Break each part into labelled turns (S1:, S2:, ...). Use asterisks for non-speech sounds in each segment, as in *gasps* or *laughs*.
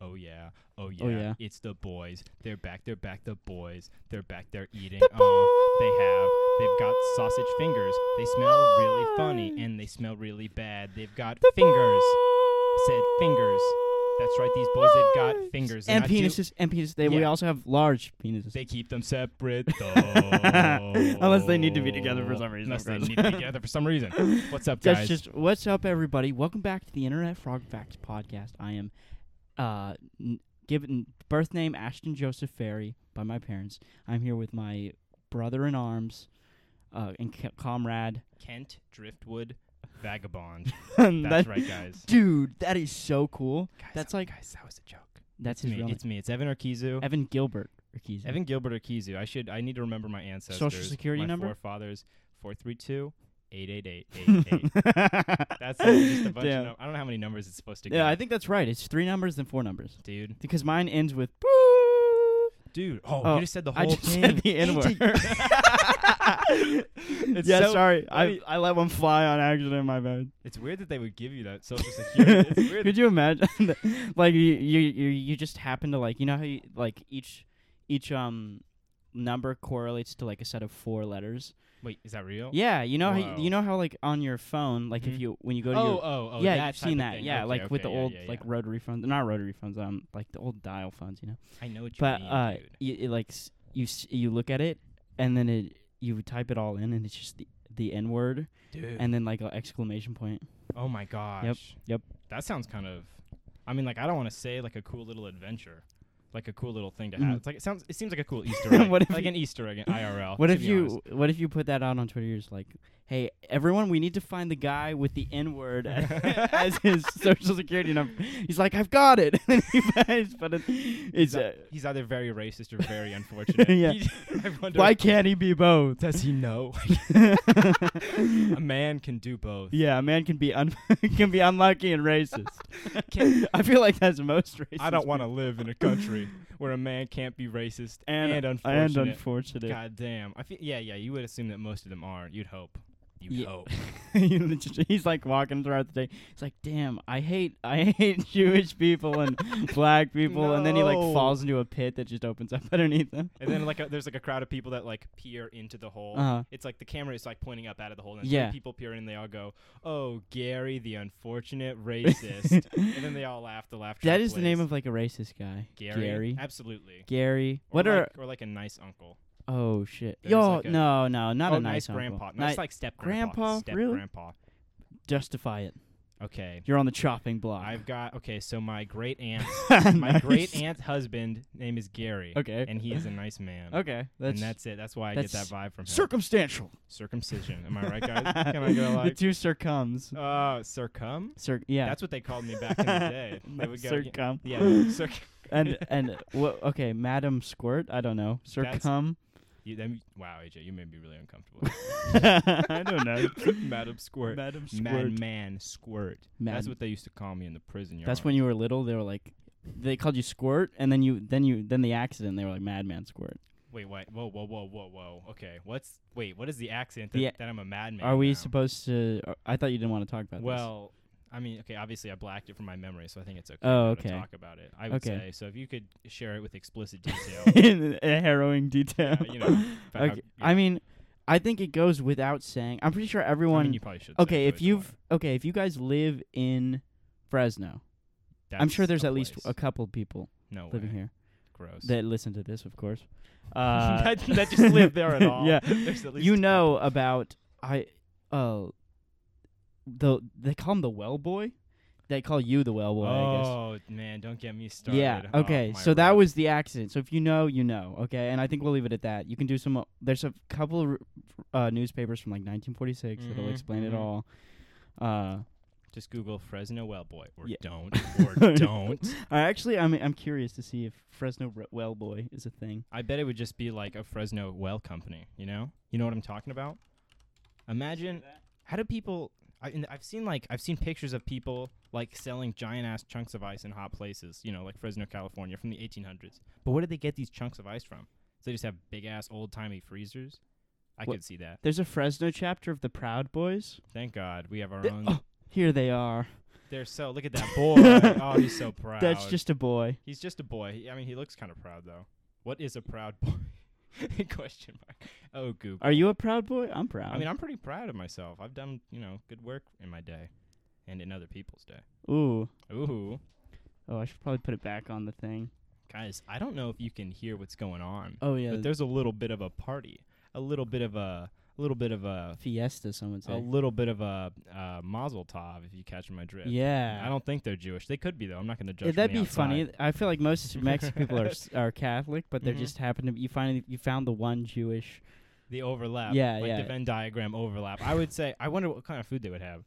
S1: Oh yeah, oh yeah,
S2: Oh, yeah.
S1: it's the boys. They're back. They're back. The boys. They're back. They're eating.
S2: The
S1: oh, they have. They've got sausage fingers. They smell really funny
S2: boys.
S1: and they smell really bad. They've got
S2: The
S1: fingers. Said fingers. That's right. These boys. They've
S2: boys.
S1: got fingers. They're
S2: and
S1: not ju-
S2: penises. And penises. They we
S1: Yeah.
S2: also have large penises.
S1: They keep them separate,
S2: *laughs*
S1: though.
S2: Unless they need to be together for some reason,
S1: Unless
S2: of
S1: they
S2: course.
S1: need to be together for some reason. What's up,
S2: *laughs* That's
S1: guys?
S2: just what's up, everybody. Welcome back to the Internet Frog Facts podcast. I am uh, n- given birth name Ashton Joseph Ferry by my parents. I'm here with my brother in arms uh, and c- comrade.
S1: Kent Driftwood
S2: *laughs*
S1: Vagabond.
S2: That-
S1: *laughs* That's right, guys.
S2: dude. That is so cool.
S1: Guys,
S2: *laughs* That's
S1: oh,
S2: like-
S1: guys. That was a joke. It's
S2: That's his
S1: me.
S2: real name.
S1: It's me. It's Evan Urquizu.
S2: Evan Gilbert. Urquiza. *laughs*
S1: Evan Gilbert Urquizu. I should. I need to remember my ancestors.
S2: security
S1: my
S2: number?
S1: Forefathers. Four three two. Eight eight eight eight
S2: *laughs*
S1: eight.
S2: That's
S1: That's like just a bunch
S2: yeah.
S1: of. Num- I don't know how many numbers it's supposed to.
S2: Yeah, I
S1: give,
S2: think that's right. It's three numbers then four numbers
S1: dude.
S2: because mine ends with.
S1: Dude. Oh,
S2: Oh,
S1: you just said the
S2: I
S1: whole
S2: just
S1: thing.
S2: said the N word.
S1: *laughs*
S2: *laughs*
S1: It's
S2: yeah,
S1: so-
S2: sorry.
S1: I
S2: I,
S1: mean-
S2: I let one fly on accident. My bad.
S1: It's weird that they would give you that social security.
S2: *laughs*
S1: It's weird.
S2: Could you imagine? that- like you, you you you just happen to like you know how you, like each each um number correlates to like a set of four letters.
S1: Wait, is that real?
S2: Yeah, you know how
S1: Oh. Wow.
S2: you, you know how like on your phone like if
S1: Mhm.
S2: you when you go to
S1: Oh,
S2: your
S1: oh, oh.
S2: yeah
S1: that type
S2: you've seen
S1: of
S2: that
S1: thing.
S2: yeah
S1: Okay,
S2: like with the
S1: okay, yeah,
S2: old
S1: yeah,
S2: like
S1: yeah.
S2: rotary phones not rotary phones um like the old dial phones you know
S1: I know what you
S2: but
S1: mean,
S2: uh
S1: dude.
S2: you, it, like s- you s- you look at it and then it you type it all in and it's just the, the n word
S1: Dude.
S2: and then like an exclamation point
S1: oh my gosh.
S2: yep.
S1: That sounds kind of. I mean, like I don't want to say like a cool little adventure, like a cool little thing to
S2: Mhm.
S1: have. It's like it sounds. It seems like a
S2: *laughs*
S1: cool Easter egg.
S2: What if
S1: like
S2: you-
S1: an Easter egg in
S2: *laughs*
S1: IRL.
S2: What
S1: Oh, to
S2: if
S1: be
S2: you
S1: honest.
S2: What if you put that out on Twitter? You're just like, "Hey, everyone, we need to find the guy with the N
S1: *laughs*
S2: word as his social security number." He's like, "I've got it." *laughs* and he finds, but it, it's
S1: He's,
S2: uh,
S1: a- he's either very racist or
S2: *laughs*
S1: very unfortunate.
S2: Yeah.
S1: He- I wonder.
S2: why can't he be both?
S1: *laughs* does he
S2: *laughs*
S1: know? a man can do both.
S2: yeah, a man can be un- *laughs* can be unlucky
S1: *laughs*
S2: and racist. *laughs* I feel like that's most racist.
S1: I don't want to live in a country where a man can't be racist
S2: and
S1: and,
S2: and
S1: unfortunate.
S2: unfortunate.
S1: God damn. I feel, yeah, yeah. You would assume that most of them aren't. You'd hope. You'd
S2: Ye-
S1: hope.
S2: *laughs* He literally- he's like walking throughout the day. He's like, "Damn, I hate, I hate *laughs* Jewish people and black people." And then he like
S1: No.
S2: falls into a pit that just opens up *laughs* underneath him.
S1: And then like a, there's like a crowd of people that like peer into the hole.
S2: Uh-huh.
S1: It's like the camera is like pointing up out of the hole, and
S2: Yeah.
S1: yeah. people peer in. and They all go, "Oh, Gary, the unfortunate
S2: *laughs*
S1: racist," and then they all laugh. The laughter.
S2: That is the name
S1: plays.
S2: of like a racist guy.
S1: Gary.
S2: Gary.
S1: Absolutely.
S2: Gary.
S1: Or
S2: What
S1: like,
S2: are?
S1: or like a nice uncle?
S2: oh shit.
S1: there's
S2: Yo,
S1: like a-
S2: no, no, not
S1: oh,
S2: a nice, uncle.
S1: grandpa.
S2: Ni-
S1: Nice like step grandpa.
S2: Grandpa?
S1: Step
S2: Really?
S1: grandpa.
S2: justify it.
S1: Okay.
S2: You're on the chopping block.
S1: I've got okay. So my great aunt, my
S2: *laughs* Nice.
S1: great aunt's husband name is Gary,
S2: *laughs* Okay.
S1: and he is a nice man.
S2: okay. That's,
S1: and that's it. That's why I get
S2: that's
S1: that vibe from him.
S2: *laughs* circumstantial.
S1: Circumcision. Am I right,
S2: *laughs*
S1: guys? Can I go
S2: the
S1: like?
S2: two circums?
S1: Uh, circum.
S2: Cir- yeah.
S1: That's what they called me back in
S2: *laughs*
S1: the day. They would go,
S2: circum.
S1: yeah, yeah, circ. *laughs*
S2: and and what? Okay, Madam Squirt. I don't know.
S1: That's-
S2: Circum.
S1: *laughs*
S2: *laughs*
S1: You, then, wow, AJ, you made me really uncomfortable.
S2: I don't know.
S1: *laughs* Madam Squirt.
S2: Madam
S1: Madman man, Squirt. That's
S2: Mad-
S1: what they used to call me in the prison yard.
S2: That's when you were little. They were like, they called you Squirt, and then you, then you, then the accident. They were like Madman Squirt.
S1: Wait, wait, whoa, whoa, whoa, whoa, whoa. Okay, what's wait? What is the accent that,
S2: The-
S1: that I'm a madman?
S2: Are we
S1: now?
S2: supposed to? uh, I thought you didn't want to talk about
S1: Well, I mean, okay, obviously I blacked it from my memory, so I think it's okay,
S2: Oh,
S1: now
S2: okay.
S1: to talk about it. I would
S2: Okay.
S1: say so. If you could share it with
S2: *laughs*
S1: explicit detail,
S2: this *laughs* in a harrowing detail.
S1: uh, you know, about how-
S2: okay. I mean, I think it goes without saying. I'm pretty sure
S1: I
S2: everyone.
S1: mean, you probably should. say
S2: okay,
S1: it,
S2: if
S1: but you
S2: you've okay, if you guys live in Fresno, I'm sure there's at least a couple people
S1: no way.
S2: living here
S1: Gross.
S2: that listen to this, of course. Uh,
S1: *laughs* that, that just live there at all.
S2: *laughs* yeah,
S1: There's at least
S2: you
S1: a
S2: know uh,
S1: couple.
S2: about I uh the they call him the well boy. They call you the well boy. I
S1: oh man, don't get me
S2: guess.
S1: started.
S2: Yeah.
S1: Oh,
S2: Okay.
S1: my
S2: so that
S1: rib.
S2: was the accident. So if you know, you know. Okay. And I think we'll leave it at that. You can do some. uh, There's a couple of uh, newspapers from like 1946 that'll
S1: Mhm,
S2: explain it
S1: mhm.
S2: all. Uh,
S1: just Google Fresno well boy or
S2: Yeah. *laughs*
S1: don't *laughs* or don't.
S2: I actually, I'm I'm curious to see if Fresno Re- well boy is a thing.
S1: I bet it would just be like a Fresno well company. You know, you know what I'm talking about. Imagine how do people? I, and I've seen like I've seen pictures of people like selling giant ass chunks of ice in hot places. You know, like Fresno, California, from the 1800s. But where did they get these chunks of ice from? So they just have big ass old timey freezers. I
S2: What-
S1: could see that.
S2: There's a Fresno chapter of the Proud Boys. *laughs*
S1: Thank God we have our
S2: Th-
S1: own.
S2: oh, here they are.
S1: They're so look at that boy. oh, he's so proud.
S2: *laughs* That's just a boy.
S1: he's just a boy. I mean, he looks kind of proud though. What is a proud boy? *laughs* Question mark. Oh, goop.
S2: Are you a proud boy? I'm proud.
S1: I mean, I'm pretty proud of myself. I've done you know good work in my day, and in other people's day.
S2: ooh.
S1: Ooh,
S2: Oh, I should probably put it back on the thing.
S1: guys, I don't know if you can hear what's going on,
S2: Oh yeah,
S1: but there's a little bit of a party, a little bit of a, a little bit of a
S2: fiesta. Someone
S1: a
S2: said.
S1: little bit of a uh, Mazel Tov, if you catch my drift.
S2: Yeah.
S1: I don't think they're Jewish. They could be though. I'm not going to judge.
S2: Yeah,
S1: from
S2: that'd
S1: the
S2: be funny.
S1: outside.
S2: I feel like most Mexican people
S1: *laughs*
S2: are s- are Catholic, but they are
S1: Mhm.
S2: just happen to be. You find you found the one Jewish.
S1: The overlap.
S2: Yeah,
S1: like
S2: yeah.
S1: The Venn diagram overlap. I would say. I wonder what kind of food they would have.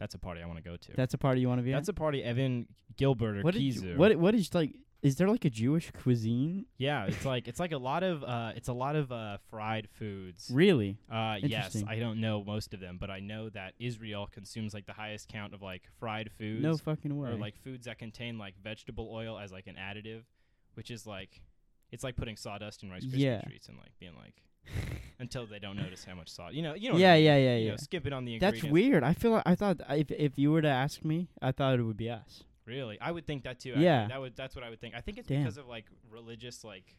S1: That's a party I want to go to.
S2: That's a party you want to be.
S1: That's a party Evan Gilbert or
S2: at? What, did
S1: Kizu.
S2: you, what what is like? Is there like a Jewish cuisine?
S1: Yeah, it's like it's like a lot of uh, it's a lot of uh, fried foods.
S2: Really?
S1: Uh, yes,
S2: Interesting.
S1: I don't know most of them, but I know that Israel consumes like the highest count of like fried foods.
S2: No fucking way.
S1: or like foods that contain like vegetable oil as like an additive, which is like it's like putting sawdust in Rice Krispie
S2: Yeah.
S1: treats and like being like until they don't notice how much salt. You know, you know. what I
S2: yeah,
S1: mean,
S2: yeah, yeah,
S1: you
S2: yeah.
S1: Know, skip it on the
S2: That's
S1: ingredients.
S2: weird. I feel like I thought if if you were to ask me, I thought it would be us.
S1: Really, I would think that too. actually.
S2: Yeah.
S1: that would that's what I would think. I think it's
S2: Damn.
S1: because of like religious like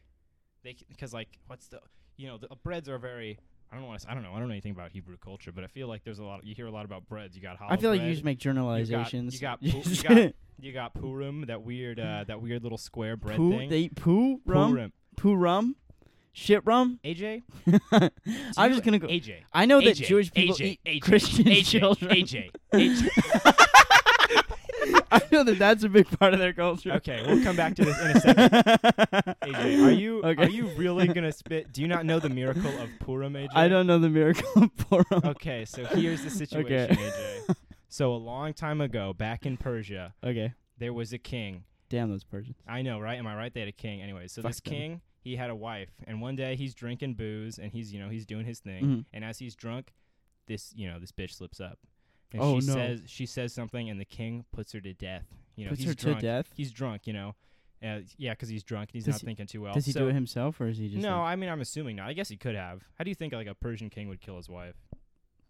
S1: they because like what's the you know the uh, breads are very. I don't want to. I don't know. I don't know anything about Hebrew culture, but I feel like there's a lot. You hear a lot about breads. You got. Hollow
S2: I feel like
S1: bread.
S2: you just make generalizations.
S1: you
S2: *laughs*
S1: got poo-
S2: just-
S1: you got You got purim, that weird, uh, that weird little square bread
S2: poo.
S1: thing.
S2: They eat poo rum,
S1: Purim.
S2: poo rum, shit rum.
S1: AJ, So
S2: I'm
S1: you-
S2: just gonna go.
S1: AJ.
S2: I know that
S1: AJ,
S2: Jewish people
S1: AJ,
S2: eat
S1: AJ,
S2: Christian
S1: AJ,
S2: children.
S1: AJ, AJ.
S2: *laughs* I know that that's a big part of their culture.
S1: Okay, we'll come back to this in a second.
S2: *laughs*
S1: AJ, are you
S2: Okay.
S1: are you really
S2: *laughs*
S1: gonna spit? Do you not know the miracle of Purim, AJ?
S2: I don't know the miracle of Purim.
S1: Okay, so here's
S2: *laughs*
S1: the situation, AJ. So a long time ago, back in Persia,
S2: Okay.
S1: there was a king.
S2: Damn those Persians.
S1: I know, right? Am I right? They had a king. Anyway, so
S2: Fuck
S1: this
S2: them.
S1: king, he had a wife, and one day he's drinking booze, and he's you know he's doing his thing,
S2: Mhm.
S1: and as he's drunk, this you know this bitch slips up, and
S2: Oh,
S1: she
S2: no.
S1: says she says something, and the king puts her to death. You know,
S2: Puts
S1: he's
S2: her
S1: drunk.
S2: to death.
S1: He's drunk, you know. Uh, yeah, because he's drunk and he's
S2: Does
S1: not
S2: he-
S1: thinking too well.
S2: Does he
S1: so,
S2: do it himself or is he just
S1: no,
S2: like-
S1: I mean I'm assuming not. I guess he could have. How do you think like a Persian king would kill his wife?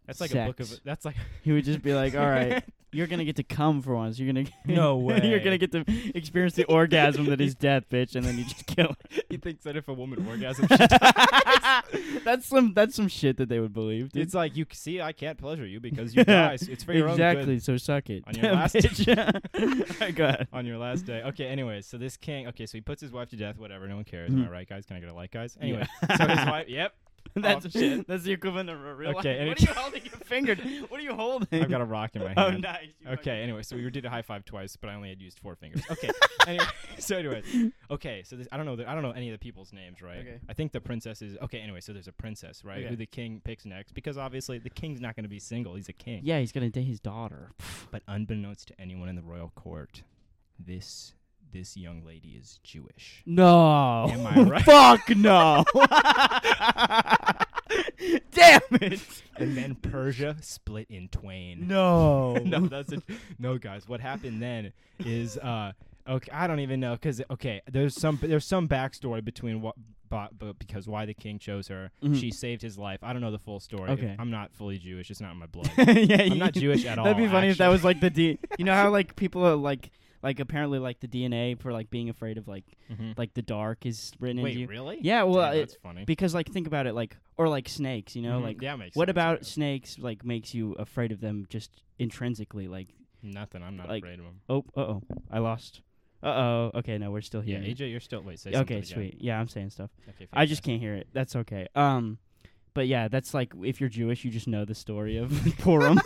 S1: That's like a book of
S2: Sex.
S1: *laughs* that's like
S2: *laughs* he would just be like, "All right, you're gonna get to come for once. You're gonna *laughs*
S1: No
S2: you're
S1: way.
S2: gonna get to experience the orgasm that is death, bitch, and then you just kill." her."
S1: *laughs* he thinks that if a woman orgasms, she
S2: *laughs*
S1: dies.
S2: that's some that's some shit that they would believe. Dude.
S1: it's like you see, I can't pleasure you because
S2: *laughs*
S1: you die. It's for your own good.
S2: exactly. So suck it. *laughs*
S1: On your
S2: Damn,
S1: last-
S2: *laughs* bitch. Go ahead.
S1: on your last day. Okay, anyways, so this king, okay, so he puts his wife to death, whatever, no one cares. Am
S2: Mhm.
S1: I right, guys? Can I get a like, guys?
S2: Yeah.
S1: Anyway, so
S2: *laughs*
S1: his wife, yep,
S2: That's
S1: Oh, shit.
S2: That's the equivalent of a real.
S1: Okay,
S2: life.
S1: and
S2: What
S1: it-
S2: are you *laughs* holding? Your finger. What are you holding?
S1: I've got a rock
S2: *laughs*
S1: in my
S2: Oh,
S1: hand.
S2: nice. you
S1: Okay, anyway, so we did a high five twice, but I only had used four
S2: *laughs*
S1: fingers. Okay, anyway, so anyways, okay, so this, I don't know, the, I don't know any of the people's names, right?
S2: Okay.
S1: I think the princess is okay. Anyway, so there's a princess, right?
S2: Okay.
S1: Who the king picks next, because obviously the king's not going to be single; he's a king.
S2: fucking- Yeah, he's gonna date his daughter.
S1: But unbeknownst to anyone in the royal court, this this young lady is Jewish.
S2: No.
S1: Am I right?
S2: *laughs* Fuck no. Damn it.
S1: and then Persia split in twain.
S2: *laughs* No.
S1: *laughs* no, that's a, no, guys. What happened then is uh, okay. I don't even know because okay, there's some there's some backstory between what but, but because why the king chose her.
S2: Mhm.
S1: She saved his life. I don't know the full story. If-
S2: Okay.
S1: I'm not fully Jewish. It's not in my
S2: *laughs*
S1: blood.
S2: yeah,
S1: I'm not
S2: you-
S1: Jewish at all.
S2: That'd be funny if that
S1: actually. *laughs*
S2: was like the D. You know how like people are *laughs* like like apparently like the DNA for like being afraid of like
S1: Mhm.
S2: like the dark is written
S1: Wait,
S2: into you.
S1: really?
S2: Yeah, well,
S1: Damn,
S2: it-
S1: that's funny.
S2: because like think about it like or like snakes, you know,
S1: Mhm.
S2: like
S1: yeah, makes
S2: what
S1: sense, I
S2: about
S1: guess.
S2: snakes like makes you afraid of them just intrinsically like
S1: *laughs* nothing? I'm not
S2: like-
S1: afraid of him.
S2: oh uh-oh I lost. Uh-oh. Okay, no, we're still
S1: Yeah,
S2: here.
S1: AJ, you're still wait. Say something
S2: oh, okay,
S1: again.
S2: sweet. Yeah, I'm saying stuff.
S1: Okay,
S2: I
S1: fantastic.
S2: just can't hear it. That's okay. Um but yeah, that's like if you're Jewish, you just know the story of *laughs* Purim.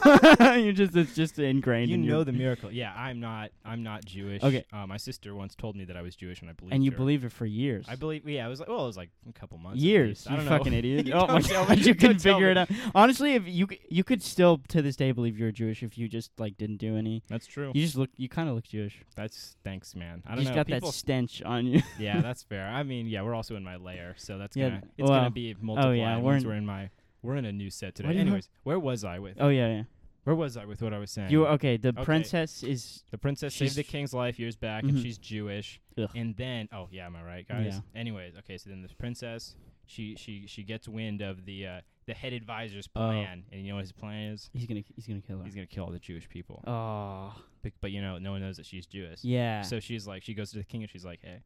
S2: you just it's just ingrained
S1: You
S2: in
S1: know
S2: your,
S1: the miracle. Yeah, I'm not. I'm not Jewish.
S2: Okay.
S1: Uh, my sister once told me that I was Jewish, and I believed.
S2: and you
S1: her.
S2: believed it for years.
S1: I believe, yeah, it was like, well, it was like a couple months. at
S2: years.
S1: least. I
S2: You
S1: don't *laughs*
S2: fucking
S1: know.
S2: idiot.
S1: You
S2: oh my
S1: don't tell
S2: god,
S1: me.
S2: *laughs* you
S1: Don't
S2: couldn't
S1: tell
S2: figure
S1: me.
S2: it out. Honestly, if you c- you could still to this day believe you're Jewish if you just like didn't do any.
S1: That's true.
S2: You just look. You kind of look Jewish.
S1: That's thanks, man. I
S2: You
S1: don't
S2: just
S1: know.
S2: got
S1: people,
S2: that stench on you.
S1: *laughs*
S2: *laughs*
S1: yeah, that's fair. I mean, yeah, we're also in my layer, so that's
S2: Yeah,
S1: gonna
S2: th-
S1: it's
S2: well, oh,
S1: gonna be multiplied.
S2: yeah, we're
S1: we're in,
S2: in-
S1: we're in my we're in a new set today.
S2: do you have-
S1: Anyways, where was I with?
S2: oh yeah,
S1: Where was I with what I was
S2: yeah.
S1: saying?
S2: You okay? The
S1: Okay.
S2: princess is
S1: the princess
S2: she's-
S1: saved the king's life years back, and
S2: Mhm.
S1: she's Jewish.
S2: Ugh.
S1: And then, oh yeah, am I right, guys?
S2: Yeah.
S1: Anyways, okay, so then this princess, she she she gets wind of the uh, the the head advisor's
S2: Oh.
S1: plan, and you know what his plan is?
S2: He's gonna he's gonna kill her.
S1: He's gonna kill all the Jewish people.
S2: Oh
S1: Bec- But you know, no one knows that she's Jewish.
S2: yeah.
S1: So she's like, she goes to the king and she's like, hey,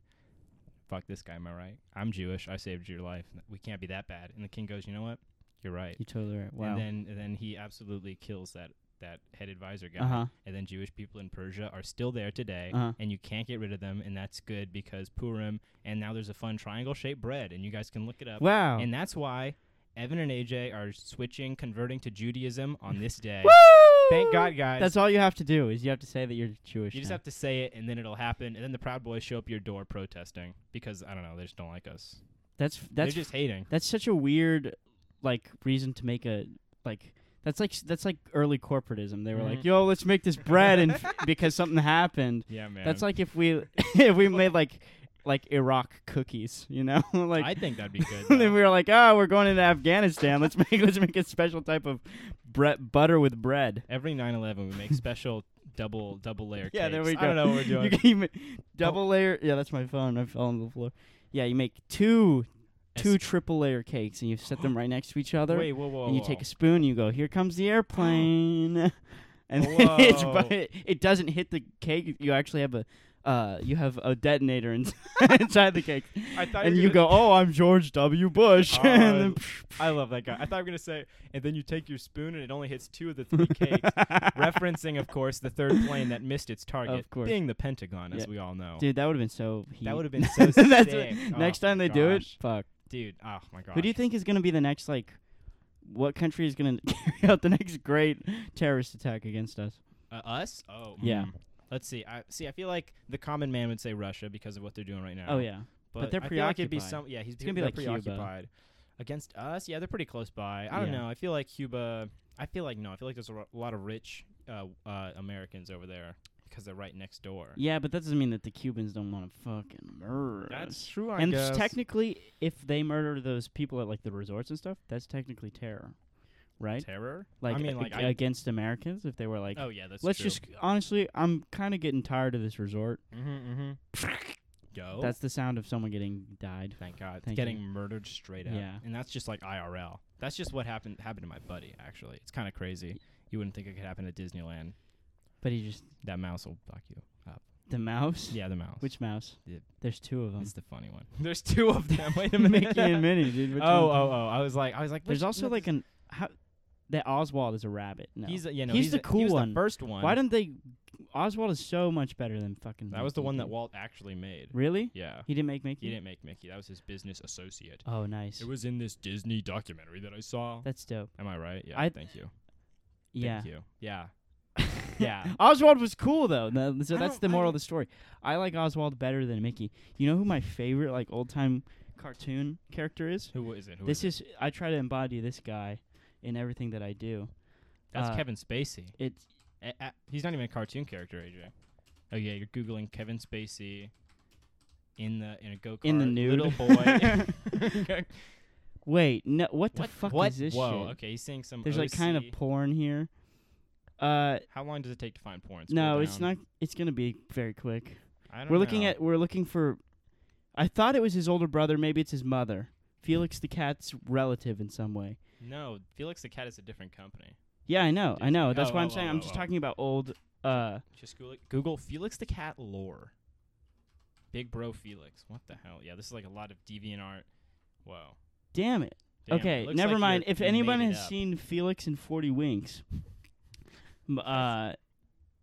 S1: fuck this guy, am I right? I'm Jewish. I saved your life. We can't be that bad. And the king goes, you know what? You're right.
S2: you totally right. Wow.
S1: And then and then he absolutely kills that that head advisor guy.
S2: uh huh.
S1: And then Jewish people in Persia are still there today,
S2: Uh-huh.
S1: and you can't get rid of them. And that's good because Purim. And now there's a fun triangle shaped bread, and you guys can look it up.
S2: Wow.
S1: And that's why Evan and AJ are switching, converting to Judaism on this day.
S2: Woo!
S1: Thank God, guys.
S2: That's all you have to do is you have to say that you're Jewish.
S1: you just
S2: now.
S1: have to say it, and then it'll happen. And then the Proud Boys show up your door protesting because I don't know, they just don't like us.
S2: that's that's
S1: They're just hating.
S2: that's such a weird like reason to make a like that's like that's like early corporatism. They were like,
S1: Mhm.
S2: "Yo, let's make this bread," and f- *laughs* because something happened.
S1: Yeah, man.
S2: That's like if we *laughs* if we made like like Iraq cookies, you know, *laughs* like.
S1: I think that'd be good.
S2: and
S1: though.
S2: then we were like, "Oh, we're going into Afghanistan. Let's *laughs* make let's make a special type of bre- butter with bread."
S1: Every 9/11, we make special double double layer.
S2: Yeah, there
S1: cakes.
S2: we
S1: I don't
S2: go.
S1: know what we're doing.
S2: *laughs* You can even- double layer. Yeah, that's my phone. I fell on the floor. Yeah, you make two two
S1: Es-
S2: triple layer cakes and you
S1: *gasps*
S2: set them right next to each other.
S1: Wait, whoa, whoa,
S2: and you
S1: whoa.
S2: take a spoon. and You go, here comes the
S1: *gasps*
S2: airplane, and then *laughs* it's
S1: Whoa.
S2: but it, it doesn't hit the cake. You actually have a uh, you have a detonator in, *laughs* inside the cake,
S1: I thought
S2: and
S1: were
S2: you
S1: *laughs* gonna-
S2: go, oh, I'm George W. Bush, *laughs* and then
S1: Oh, I love that guy. I thought you were gonna say, and then you take your spoon and it only hits two of the
S2: *laughs*
S1: three cakes, referencing, of course, the third plane that missed its target,
S2: Of course.
S1: being the Pentagon, as
S2: Yeah.
S1: we all know.
S2: *laughs* dude, that would have been so. Heat.
S1: that would have
S2: *laughs*
S1: been so sick.
S2: That's what-
S1: Oh
S2: next time
S1: my
S2: they do it,
S1: gosh.
S2: fuck.
S1: dude. Oh my god.
S2: Who do you think is going to be the next like? What country is going to *laughs* carry out the next great terrorist attack against us?
S1: Uh, us? Oh,
S2: Yeah.
S1: mm. Let's see. I see. I feel like the common man would say Russia because of what they're doing right now.
S2: Oh yeah,
S1: but,
S2: they're
S1: I feel like it'd be
S2: preoccupied.
S1: some. Yeah, he's
S2: gonna be
S1: they're
S2: like Cuba.
S1: preoccupied. Against us, yeah, they're pretty close by. I don't
S2: Yeah.
S1: know. I feel like Cuba. I feel like no. I feel like there's a ro- lot of rich uh, uh, Americans over there because they're right next door.
S2: yeah, but that doesn't mean that the Cubans don't want to fucking murder. us.
S1: That's true. I
S2: and
S1: guess.
S2: s- technically, if they murder those people at like the resorts and stuff, that's technically terror, right?
S1: terror.
S2: Like,
S1: I mean,
S2: a-
S1: like,
S2: ag-
S1: I,
S2: against Americans, if they were like,
S1: oh yeah, that's
S2: let's
S1: true.
S2: just honestly, I'm kind of getting tired of this resort.
S1: Mm-hmm,
S2: *laughs*
S1: Yo,
S2: That's the sound of someone getting died.
S1: thank God,
S2: Thank
S1: getting
S2: you.
S1: murdered straight up.
S2: Yeah.
S1: and that's just like IRL. That's just what happened happened to my buddy. Actually, it's kind of crazy. You wouldn't think it could happen at Disneyland.
S2: But he just
S1: That mouse will fuck you up.
S2: the mouse.
S1: Yeah, the mouse.
S2: Which mouse?
S1: Yeah.
S2: There's two of them. *laughs*
S1: It's the funny one. *laughs* There's two of them. Wait a minute. *laughs*
S2: Mickey and Minnie, dude.
S1: oh,
S2: which
S1: oh,
S2: one?
S1: oh! I was like, I was like.
S2: There's also like an how that Oswald is a rabbit. No.
S1: He's a, yeah, no,
S2: He's
S1: he's,
S2: the
S1: a-
S2: cool
S1: he was
S2: one.
S1: The first one.
S2: Why didn't they? Oswald is so much better than fucking.
S1: that was the
S2: Mickey,
S1: one that
S2: dude.
S1: Walt actually made.
S2: Really?
S1: Yeah,
S2: He didn't make Mickey.
S1: he didn't make Mickey. That was his business associate.
S2: Oh, nice.
S1: It was in this Disney documentary that I saw.
S2: That's dope.
S1: Am I right? Yeah.
S2: I-
S1: thank you.
S2: Yeah.
S1: Thank you.
S2: *laughs*
S1: Yeah. Yeah.
S2: Oswald was cool though. No, so
S1: I
S2: that's
S1: don't-
S2: the
S1: I
S2: moral of
S1: don't-
S2: the story. I like Oswald better than Mickey. You know who my favorite like old time cartoon character is?
S1: Who is it? Who
S2: this
S1: is it?
S2: is I try to embody this guy in everything that I do.
S1: That's
S2: uh,
S1: Kevin Spacey.
S2: It's
S1: A- a- he's not even a cartoon character, AJ. Oh yeah, you're googling Kevin Spacey in the in a go kart.
S2: in the nude.
S1: Little
S2: *laughs*
S1: boy.
S2: Wait, no, what the
S1: what
S2: fuck
S1: what?
S2: is this
S1: Whoa.
S2: shit?
S1: Okay, he's seeing some.
S2: There's like kind of
S1: OC.
S2: porn here. Uh,
S1: How long does it take to find porn? Scroll
S2: no, it's
S1: down.
S2: not. It's gonna be very quick.
S1: I don't
S2: We're looking
S1: know.
S2: at. We're looking for. I thought it was his older brother. Maybe it's his mother. Felix the cat's relative in some way.
S1: No, Felix the Cat is a different company.
S2: Yeah, I know. I
S1: Disney.
S2: know. That's
S1: Oh,
S2: why I'm
S1: oh,
S2: saying.
S1: oh,
S2: I'm
S1: oh,
S2: just
S1: oh.
S2: talking about old. Uh,
S1: Just Google, Google Felix the Cat lore. Big Bro Felix. What the hell? Yeah, this is like a lot of deviant art. Whoa.
S2: damn it.
S1: Damn, it
S2: okay,
S1: looks
S2: never
S1: like
S2: mind.
S1: you're-
S2: If
S1: you made
S2: anyone
S1: it
S2: has
S1: up.
S2: seen Felix and Forty Winks, m- uh,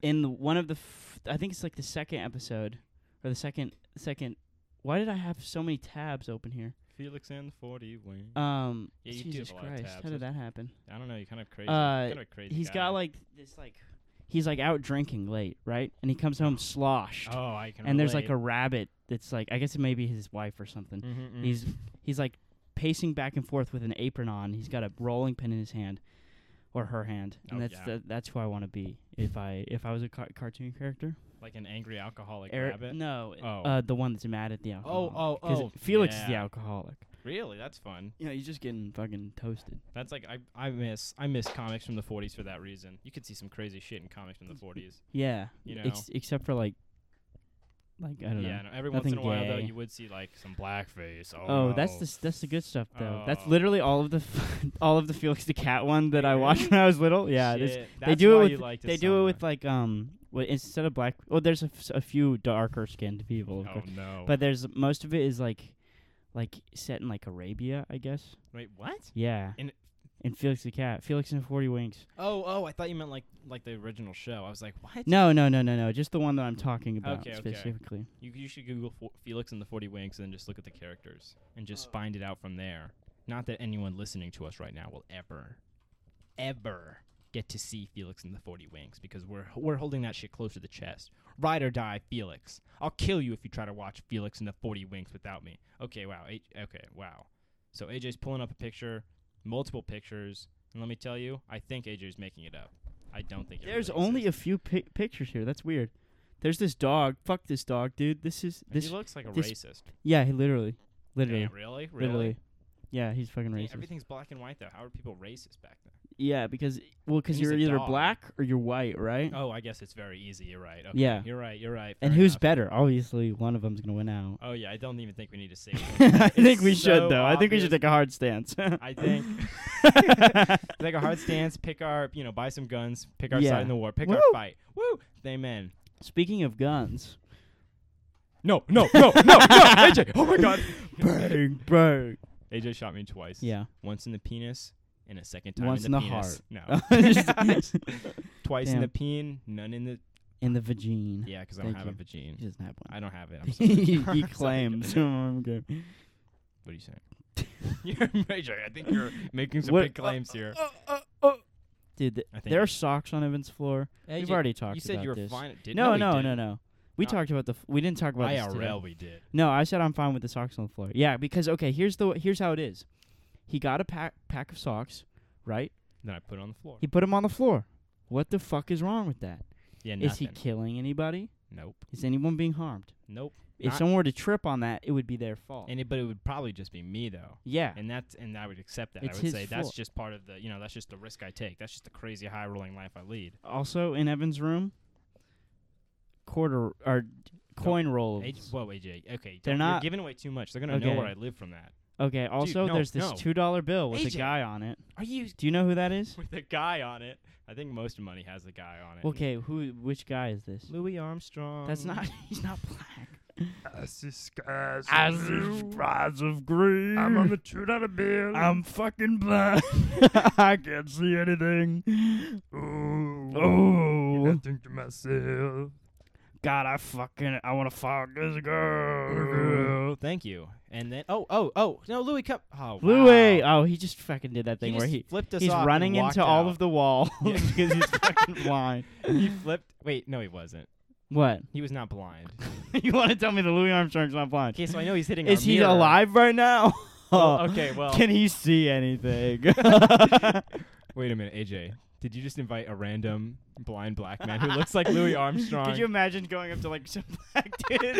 S2: in the, one of the, f- I think it's like the second episode or the second second. Why did I have so many tabs open here?
S1: Felix and the Forty Wing.
S2: Um,
S1: Yeah, you do
S2: Jesus
S1: have a lot of
S2: Christ,
S1: tabs.
S2: how did that happen?
S1: I don't know. You're kind of crazy.
S2: Uh,
S1: kind of a crazy.
S2: He's
S1: guy.
S2: got like this like, he's like out drinking late, right? And he comes home sloshed,
S1: Oh, I can.
S2: and there's like a rabbit that's like, I guess it may be his wife or something.
S1: Mm-hmm,
S2: He's he's like pacing back and forth with an apron on. He's got a rolling pin in his hand, or her hand, and
S1: Oh,
S2: that's
S1: yeah.
S2: the, that's who I want to be if I if I was a car- cartoon character.
S1: like an angry alcoholic
S2: Eric-
S1: rabbit.
S2: no,
S1: Oh.
S2: uh, the one that's mad at the alcoholic.
S1: oh,
S2: 'Cause
S1: oh,
S2: Felix is the
S1: yeah.
S2: alcoholic.
S1: Really, that's fun.
S2: Yeah, he's just getting fucking toasted.
S1: That's like I, I miss I miss comics from the 40s for that reason. You could see some crazy shit in comics from the 40s.
S2: Yeah,
S1: You
S2: ex- except for like Like I don't
S1: yeah,
S2: know.
S1: no, every once in a
S2: Nothing
S1: while though,
S2: gay.
S1: you would see like some blackface. Oh,
S2: Oh,
S1: no.
S2: that's the s- that's the good stuff though. That's
S1: Oh.
S2: literally all of the *laughs* f- all of the Felix the Cat one that I watched
S1: Really?
S2: when I was little. Yeah, there's-
S1: Shit,
S2: they
S1: that's
S2: do it
S1: why
S2: with-
S1: you liked
S2: they
S1: so
S2: do it
S1: much.
S2: *laughs* with like um well, instead of black. Well, there's a, f- a few darker skinned people, of
S1: Oh
S2: course,
S1: no!
S2: but there's most of it is like like set in like Arabia, I guess.
S1: wait, what?
S2: Yeah.
S1: And-
S2: and Felix the Cat, Felix and the Forty Winks.
S1: Oh, oh, I thought you meant like like the original show. I was like, what?
S2: No, no, no, no, no. Just the one that I'm talking about
S1: Okay, okay.
S2: specifically.
S1: You, you should Google Fo- Felix and the Forty Winks and just look at the characters and just find it out from there. Not that anyone listening to us right now will ever, ever get to see Felix and the Forty Winks because we're we're holding that shit close to the chest. Ride or die, Felix. I'll kill you if you try to watch Felix and the Forty Winks without me. Okay, wow. A- okay, wow. So AJ's pulling up a picture, multiple pictures, and let me tell you, I think AJ's making it up. I don't think it
S2: There's
S1: really
S2: only
S1: exists.
S2: a few pi- pictures here. That's weird. There's this dog. Fuck this dog, dude. This is
S1: And
S2: this.
S1: he looks like a
S2: this-
S1: racist.
S2: yeah, he literally, literally,
S1: Damn, really, really.
S2: literally. Yeah, he's fucking
S1: Yeah,
S2: racist.
S1: everything's black and white though. How are people racist back then?
S2: Yeah, because well, because
S1: And he's
S2: you're
S1: a
S2: either
S1: dog.
S2: black or you're white, right?
S1: Oh, I guess it's very easy. You're right. Okay.
S2: Yeah.
S1: You're right. You're right.
S2: and
S1: fair
S2: who's
S1: enough.
S2: better? Obviously, one of them's gonna
S1: *laughs*
S2: win out. *laughs*
S1: Oh yeah, I don't even think we need to say.
S2: I think we
S1: It's
S2: should
S1: so
S2: though. I think we should
S1: obvious.
S2: take a hard stance.
S1: *laughs* I think take a hard stance. Pick our, you know, buy some guns. Pick our
S2: Yeah.
S1: side in the war. Pick our
S2: Woo!
S1: fight. Woo! Amen.
S2: *laughs* Speaking of guns,
S1: No, no, no, no, no,
S2: *laughs*
S1: AJ. Oh my God.
S2: bang bang.
S1: AJ shot me twice.
S2: Yeah.
S1: Once in the penis, and a second time
S2: Once
S1: in the,
S2: in the
S1: penis.
S2: *laughs*
S1: *laughs* No.
S2: Just-
S1: Twice in
S2: Damn.
S1: the peen, none in the.
S2: In the vagine.
S1: Yeah, because I don't
S2: Thank
S1: have a vagine.
S2: He doesn't have one.
S1: I don't have it. *laughs*
S2: *laughs*
S1: I'm sorry.
S2: he
S1: Sorry.
S2: claims. *laughs* Okay.
S1: What are you saying?
S2: *laughs*
S1: you're major. I think you're making some
S2: What- Uh,
S1: big claims here.
S2: Dude, th-
S1: I think
S2: there are socks on Evan's floor. We've already talked
S1: You said
S2: about
S1: you were
S2: this.
S1: fine. Did,
S2: No,
S1: we
S2: no, no,
S1: didn't. Oh.
S2: no. We
S1: No.
S2: talked about the. F- we didn't talk about this today.
S1: IRL, we did.
S2: No, I said I'm fine with the socks on the floor. Yeah, because okay, here's the here's how it is. He got a pack pack of socks, right?
S1: Then I put it on the floor.
S2: He put them on the floor. What the fuck is wrong with that?
S1: Yeah,
S2: Is
S1: nothing.
S2: he killing anybody?
S1: nope.
S2: Is anyone being harmed?
S1: Nope.
S2: if
S1: Not-
S2: someone were to trip on that, it would be their fault.
S1: And it, but it would probably just be me though.
S2: yeah,
S1: And that's and I would accept that.
S2: It's
S1: I would
S2: his
S1: say that's
S2: fault.
S1: just part of the you know that's just the risk I take. That's just the crazy high rolling life I lead.
S2: also in Evan's room, quarter or coin rolls.
S1: AJ, whoa, AJ. Okay,
S2: They're
S1: don't-
S2: not-
S1: You're giving away too much. They're gonna know where
S2: Okay.
S1: I live from that.
S2: okay. Also,
S1: no,
S2: there's this
S1: no.
S2: two dollar bill with a
S1: AJ.
S2: guy on it.
S1: Are you
S2: Do you know who that
S1: *laughs*
S2: is?
S1: with a guy on it? I think most money has a guy on it.
S2: Okay, who? Which guy is this?
S1: Louis Armstrong.
S2: That's not. *laughs* He's not black.
S3: As the skies
S2: of green.
S3: I'm
S1: *laughs*
S3: on the two dollar bill.
S2: fucking blind. *laughs* I can't see anything.
S3: Ooh.
S2: Oh.
S3: And I think to myself,
S2: God, I fucking I want to fuck this
S1: Girl, Oh, Thank you. And then oh oh oh no Louis come oh
S2: Louis.
S1: wow.
S2: Oh, he just fucking did that thing
S1: he
S2: where
S1: just
S2: he
S1: flipped us
S2: he's
S1: off and
S2: running
S1: walked
S2: into all of
S1: out.
S2: the walls
S1: *laughs*
S2: *laughs*
S1: Yeah.
S2: because he's fucking blind.
S1: he flipped wait no he wasn't
S2: What?
S1: *laughs* he was not blind
S2: you want to tell me that Louis Armstrong's not blind?
S1: okay so I know he's hitting
S2: Is
S1: our
S2: he
S1: mirror.
S2: alive right now?
S1: Well,
S2: *laughs*
S1: okay well
S2: Can he see anything?
S1: wait a minute AJ did you just invite a random blind black man who looks *laughs* like Louis Armstrong
S2: *laughs* Could you imagine going up to like some *laughs* black dude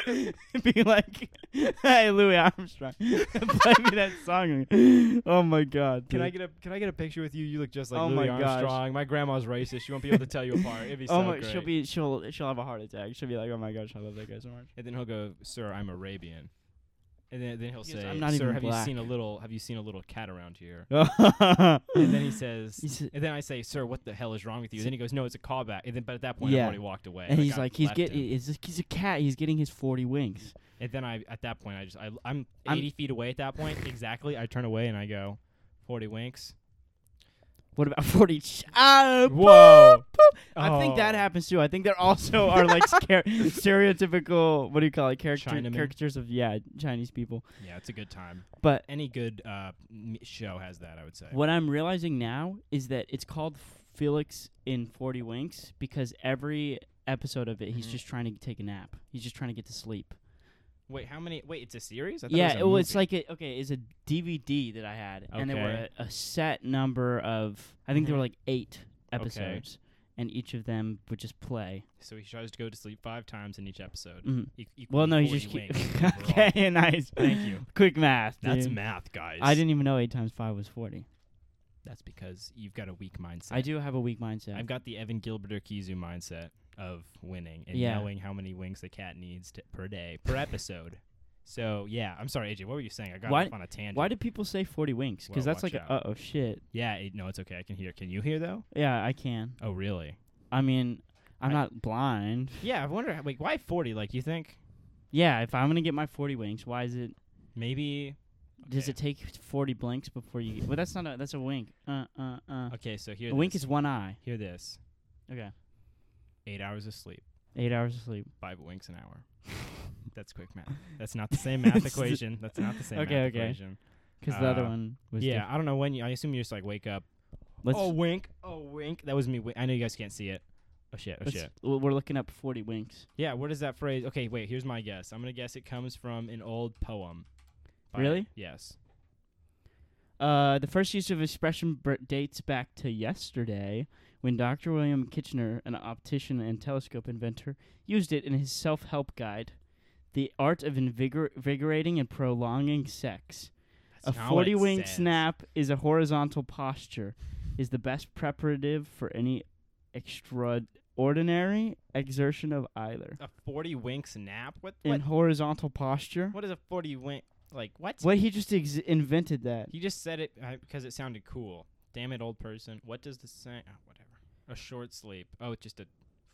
S2: and being like, *laughs* "Hey, Louis Armstrong, *laughs* play me that song"? *laughs* Oh my god!
S1: *laughs* can I
S2: dude.
S1: get a can I get a picture with you you look just like
S2: Oh
S1: Louis
S2: my gosh.
S1: Armstrong my grandma's racist she won't be able to tell you apart it'd be
S2: *laughs* oh
S1: so
S2: my!
S1: great
S2: She'll be she'll she'll have a heart attack. She'll be like, "Oh my gosh, I love that guy so much."
S1: and then he'll go sir I'm Arabian and then, then he'll
S2: He goes,
S1: say
S2: "I'm not
S1: sir
S2: even
S1: have
S2: black."
S1: you seen a little have you seen a little cat around here *laughs* and
S2: and
S1: then he says
S2: *laughs* he's,
S1: And then I say, "Sir, what the hell is wrong with you?" Then he goes, "No, it's a callback." And then, but at that point,
S2: Yeah.
S1: I've already walked away.
S2: and he's
S1: I
S2: like, he's
S1: left
S2: getting
S1: him.
S2: he's, a- he's a cat. He's getting his forty wings.
S1: And then I, at that point, I just, I, I'm
S2: I'm-
S1: 80 feet away at that point. Exactly. I turn away and I go, 40 winks.
S2: What about *laughs* forty? Ch- ah,
S1: Whoa.
S2: boop, boop. I think that
S1: Oh.
S2: happens too. I think there also are
S1: *laughs*
S2: like scare- stereotypical what do you call it character
S1: Chinamen.
S2: caricatures of yeah Chinese people.
S1: Yeah, it's a good time.
S2: But
S1: Any good uh, m- show has that, I would say.
S2: What I'm realizing now is that it's called Felix in 40 Winks because every episode of it, he's
S1: Mhm.
S2: just trying to take a nap. He's just trying to get to sleep.
S1: Wait, how many? Wait, it's a series? I thought
S2: Yeah,
S1: it was a
S2: it was
S1: movie.
S2: like a, okay, it's a DVD that I had, and there were
S1: Okay.
S2: a, a set number of I think there
S1: Mhm.
S2: were like eight episodes, and each of them would just play.
S1: So he tries to go to sleep five times in each episode.
S2: Mhm.
S1: E- equal
S2: Well, no, he
S1: 40
S2: just keep, *laughs*
S1: winks overall.
S2: okay, nice.
S1: Thank you.
S2: Quick math.
S1: That's
S2: dude.
S1: math, guys.
S2: I didn't even know eight times five was forty.
S1: That's because you've got a weak mindset.
S2: I do have a weak mindset.
S1: I've got the Evan Gilbert Urquizu mindset. of winning and
S2: Yeah.
S1: knowing how many wings the cat needs to, per day per episode. So yeah, I'm sorry, AJ. What were you saying? I got
S2: Why-
S1: off on a tangent.
S2: Why do people say 40 winks? Because
S1: Well,
S2: that's
S1: watch
S2: like, uh
S1: out.
S2: oh shit.
S1: yeah, it, no, it's okay. I can hear. Can you hear though?
S2: Yeah, I can.
S1: Oh, really?
S2: I mean, I'm
S1: I-
S2: not blind.
S1: Yeah, I wonder. Like, why 40? Like, you think
S2: Yeah, if I'm gonna get my 40 winks, why is it?
S1: maybe?
S2: Does
S1: Okay.
S2: it take 40 blinks before you? Get, well, that's not a. That's a wink. Uh, uh, uh.
S1: Okay, so here.
S2: A wink
S1: this.
S2: is one eye.
S1: Hear this.
S2: Okay.
S1: Eight hours of sleep.
S2: Eight hours of sleep.
S1: Five winks an hour. *laughs* That's quick math. That's not the same
S2: *laughs*
S1: math
S2: It's the-
S1: equation. That's not the same
S2: *laughs* Okay,
S1: math
S2: okay.
S1: equation.
S2: Because the other
S1: Uh,
S2: one was.
S1: yeah,
S2: different.
S1: I don't know when you. I assume you just like wake up.
S2: Let's.
S1: oh wink. Oh wink. That was me. Wi- I know you guys can't see it. Oh shit. Oh
S2: let's-
S1: shit.
S2: w- We're looking up 40 winks.
S1: Yeah. Where does that phrase? Okay. Wait. Here's my guess. I'm gonna guess it comes from an old poem.
S2: Really?
S1: Yes.
S2: Uh, the first use of expression br- dates back to yesterday, when Dr. William Kitchener, an optician and telescope inventor, used it in his self-help guide, "The Art of Invigor- Invigorating and Prolonging Sex."
S1: That's
S2: a
S1: not what it
S2: 40 wing
S1: says.
S2: snap is a horizontal posture, is the best preparative for any extraordinary exertion of either.
S1: A 40 wink snap. What?
S2: In
S1: What?
S2: horizontal posture? What,
S1: What is a 40 wink? Like what?
S2: he just ex- invented that.
S1: You just said it uh, because it sounded cool. Damn it, old person. What does the say? Oh, whatever. A short sleep. Oh, just a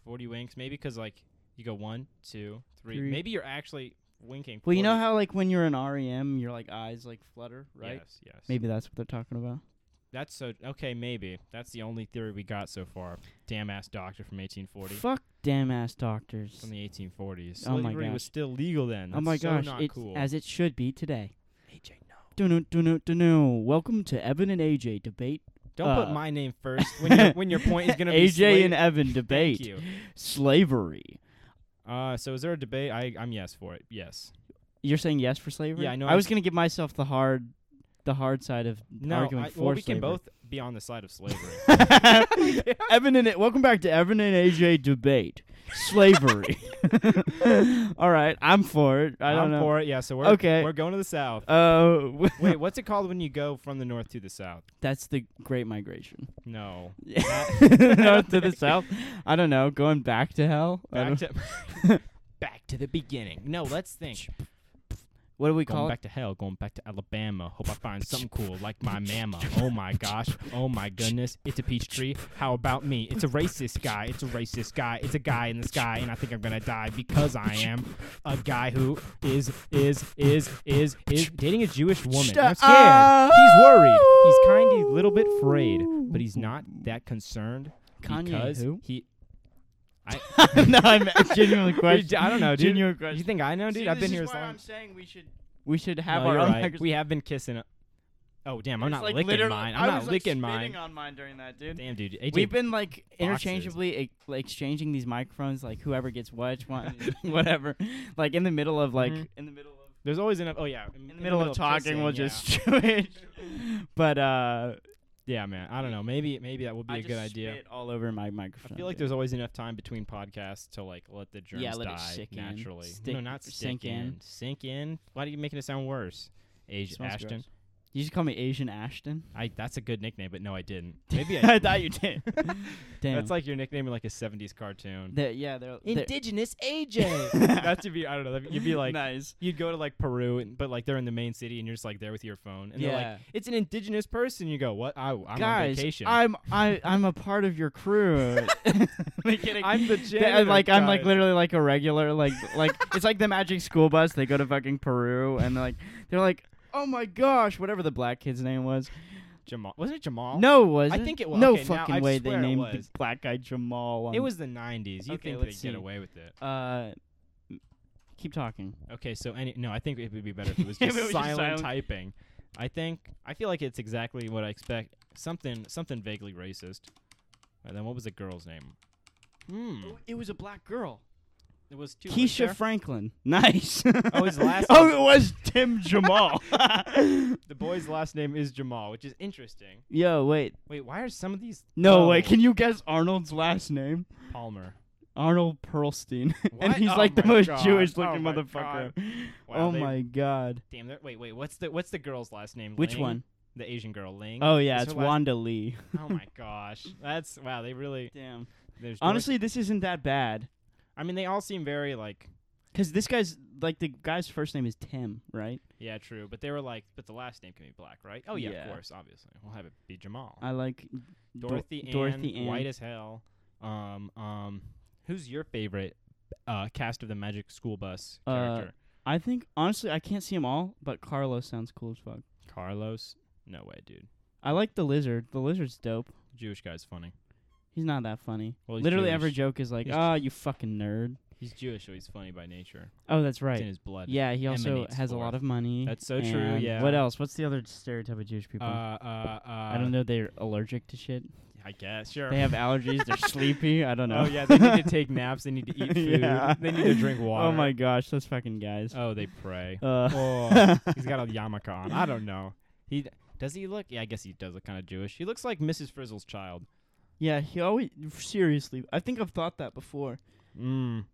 S1: 40 winks. Maybe because, like, you go one, two, three.
S2: Three.
S1: Maybe you're actually winking.
S2: Well, you know
S1: 40
S2: how like when you're in REM, your like eyes like flutter, right?
S1: Yes, yes.
S2: Maybe that's what they're talking about.
S1: That's so. Okay, maybe. That's the only theory we got so far. Damn ass doctor from 1840.
S2: Fuck damn ass doctors.
S1: From the 1840s.
S2: Oh my
S1: Slavery was
S2: gosh.
S1: still legal then.
S2: oh my
S1: That's so
S2: gosh,
S1: not
S2: it's
S1: cool.
S2: as it should be today.
S1: AJ, no.
S2: Dun dun dun dun. Welcome to Evan and AJ debate.
S1: Don't put
S2: Uh,
S1: my
S2: *laughs*
S1: name first when, your when your point is going to be
S2: AJ and Evan debate
S1: Thank you.
S2: slavery.
S1: Uh, so is there a debate? I, I'm yes for it. Yes.
S2: You're saying yes for slavery?
S1: Yeah, I know
S2: I
S1: I'm-
S2: was gonna give myself the hard, the hard side of
S1: No,
S2: arguing
S1: I,
S2: for
S1: well, we can
S2: slavery.
S1: both be on the side of
S2: *laughs*
S1: slavery.
S2: Evan and welcome back to Evan and AJ debate slavery. *laughs* All right, I'm for it. I don't
S1: am
S2: know.
S1: for it. Yeah, so we're
S2: Okay.
S1: We're going to the south.
S2: Uh, *laughs*
S1: Wait, what's it called when you go from the north to the south?
S2: that's the Great Migration. *laughs*
S1: No, *laughs*
S2: North to the south. I don't know. Going back to hell. I
S1: back
S2: don't-
S1: to *laughs* back to the beginning. No, let's think.
S2: what do we
S1: Going
S2: call
S1: back to hell, going back to Alabama. Hope I find
S2: *laughs*
S1: something cool like my mama. Oh my gosh, oh my goodness, it's a peach tree. How about me? It's a racist guy. It's a racist guy. It's a guy in the sky, and I think I'm gonna die because I am a guy who is is is is is dating a Jewish
S2: it?
S1: woman.
S2: Shut
S1: I'm scared. He's worried. He's kind of a little bit afraid,
S2: up.
S1: but he's not that concerned
S2: Kanye
S1: because
S2: who?
S1: he. I,
S2: *laughs* no, I'm
S1: *laughs*
S2: genuinely question.
S1: I don't know, dude.
S2: Genuine
S1: you
S2: question.
S1: think I know, dude? I've been here as
S2: why
S1: long.
S2: I'm saying we should we should have
S1: No,
S2: our
S1: you're
S2: own
S1: right. We have been kissing. a- Oh damn, I'm not licking mine. I'm not licking mine.
S2: on mine during that, dude.
S1: Damn,
S2: *laughs*
S1: dude. AJ,
S2: We've been like interchangeably ex- like, exchanging these microphones, like whoever gets which one, *laughs* whatever. Like in the middle of like
S1: Mhm.
S2: in the middle of
S1: there's always enough. Oh yeah,
S2: in the middle of talking,
S1: kissing,
S2: we'll
S1: yeah.
S2: just switch. But uh,
S1: Yeah, man. I don't know. Maybe maybe that would be
S2: I
S1: a
S2: just
S1: good idea.
S2: spit all over my microphone.
S1: I feel like
S2: dude.
S1: there's always enough time between podcasts to like let the germs
S2: Yeah, let
S1: die
S2: it sick in.
S1: naturally.
S2: Stick-
S1: no, not
S2: sink
S1: stick
S2: in.
S1: Sink in. Why are you making it sound worse?
S2: It
S1: Asian
S2: smells
S1: Ashton.
S2: gross. You just call me Asian Ashton.
S1: I. That's a good nickname, but no, I
S2: *laughs*
S1: didn't. Maybe I.
S2: I thought you *laughs* did. Damn.
S1: That's like your nickname in like a '70s cartoon.
S2: They're- yeah, they're, they're
S1: Indigenous AJ. *laughs* that should be. I don't know. that'd be- You'd
S2: *laughs*
S1: be like.
S2: nice.
S1: You'd go to like Peru, and, but like they're in the main city, and you're just like there with your phone, and they're
S2: Yeah.
S1: like, "It's an indigenous person." You go, "What? I, I'm on
S2: Guys,
S1: vacation. *laughs*
S2: I'm I I'm a part of your crew. I'm kidding.
S1: I'm the
S2: They- *laughs* I'm
S1: janitor,
S2: like I'm like
S1: guys.
S2: literally like a regular like like it's like the Magic School Bus. They go to fucking Peru and like they're like oh my gosh whatever the black kid's name was.
S1: Jamal. Wasn't it Jamal?
S2: No, was
S1: I think it was-
S2: No
S1: okay, now
S2: fucking
S1: I
S2: way they
S1: swear it
S2: named the
S1: was.
S2: black guy Jamal. On,
S1: It was the '90s. You
S2: Okay,
S1: think
S2: let's
S1: they'd get
S2: see.
S1: away with it?
S2: uh. Keep talking.
S1: Okay, so any no, I think it would be better if it was
S2: *laughs* If
S1: just,
S2: it was just
S1: silent,
S2: silent.
S1: typing. I think I feel like it's exactly what I expect. Something something vaguely racist. And then what was the girl's name? Hmm.
S2: Oh, It was a black girl.
S1: It was two. right
S2: Keisha
S1: there.
S2: Franklin. *laughs* Nice.
S1: Oh, his last
S2: *laughs* oh,
S1: name-
S2: it was
S1: *laughs*
S2: Tim Jamal. *laughs*
S1: the boy's last name is Jamal, which is interesting.
S2: Yo, wait.
S1: Wait, why are some of these?
S2: No,
S1: Oh,
S2: wait. Can you guess Arnold's last name?
S1: Palmer.
S2: Arnold Perlstein. *laughs* and
S1: What?
S2: he's
S1: Oh
S2: like the
S1: my
S2: most
S1: God.
S2: Jewish
S1: Oh
S2: looking
S1: my
S2: motherfucker.
S1: Wow,
S2: oh
S1: they-
S2: my god.
S1: Damn. they're- Wait, wait. What's the what's the girl's last name?
S2: Which
S1: Ling?
S2: one?
S1: The Asian girl, Ling.
S2: Oh yeah,
S1: Is *laughs*
S2: it's
S1: her last-
S2: Wanda Lee. *laughs*
S1: Oh my gosh, that's wow. They really
S2: Damn.
S1: There's doors-
S2: Honestly, this isn't that bad
S1: I mean, they all seem very like,
S2: because this guy's like the guy's first name is Tim, right?
S1: yeah, true. But they were like, but the last name can be black, right? Oh yeah,
S2: Yeah.
S1: of course, obviously. We'll have it be Jamal.
S2: I like Dor-
S1: Dorothy Ann,
S2: Dorothy Ann.
S1: white as hell. Um, um, who's your favorite uh, cast of the Magic School Bus
S2: Uh,
S1: character?
S2: I think honestly, I can't see them all, but Carlos sounds cool as fuck.
S1: Carlos? No way, dude.
S2: I like the lizard. The lizard's dope.
S1: Jewish guy's funny.
S2: He's not that funny.
S1: Well, he's
S2: Literally
S1: Jewish.
S2: every joke is like,
S1: He's-
S2: "Ah, you fucking nerd."
S1: He's Jewish, so he's funny by nature.
S2: Oh, that's
S1: It's in
S2: right.
S1: his blood.
S2: Yeah, he also
S1: emanates
S2: has a lot
S1: forth.
S2: of money.
S1: That's so true.
S2: and
S1: Yeah.
S2: What else? What's the other stereotype of Jewish
S1: Uh,
S2: people?
S1: uh, uh,
S2: I don't know. They're allergic to shit.
S1: I guess sure.
S2: They have
S1: *laughs*
S2: allergies. They're sleepy. I don't know.
S1: Oh yeah, they need to
S2: *laughs*
S1: take naps. They need to eat food.
S2: Yeah.
S1: They need to drink water.
S2: Oh my gosh, those fucking guys.
S1: Oh, they
S2: *laughs*
S1: pray.
S2: Uh,
S1: Oh, he's got a yarmulke on. I don't know. He does he look? Yeah, I guess he does look kind of Jewish. He looks like Mrs. Frizzle's child.
S2: yeah, he always seriously. I think I've thought that before.
S1: Mm.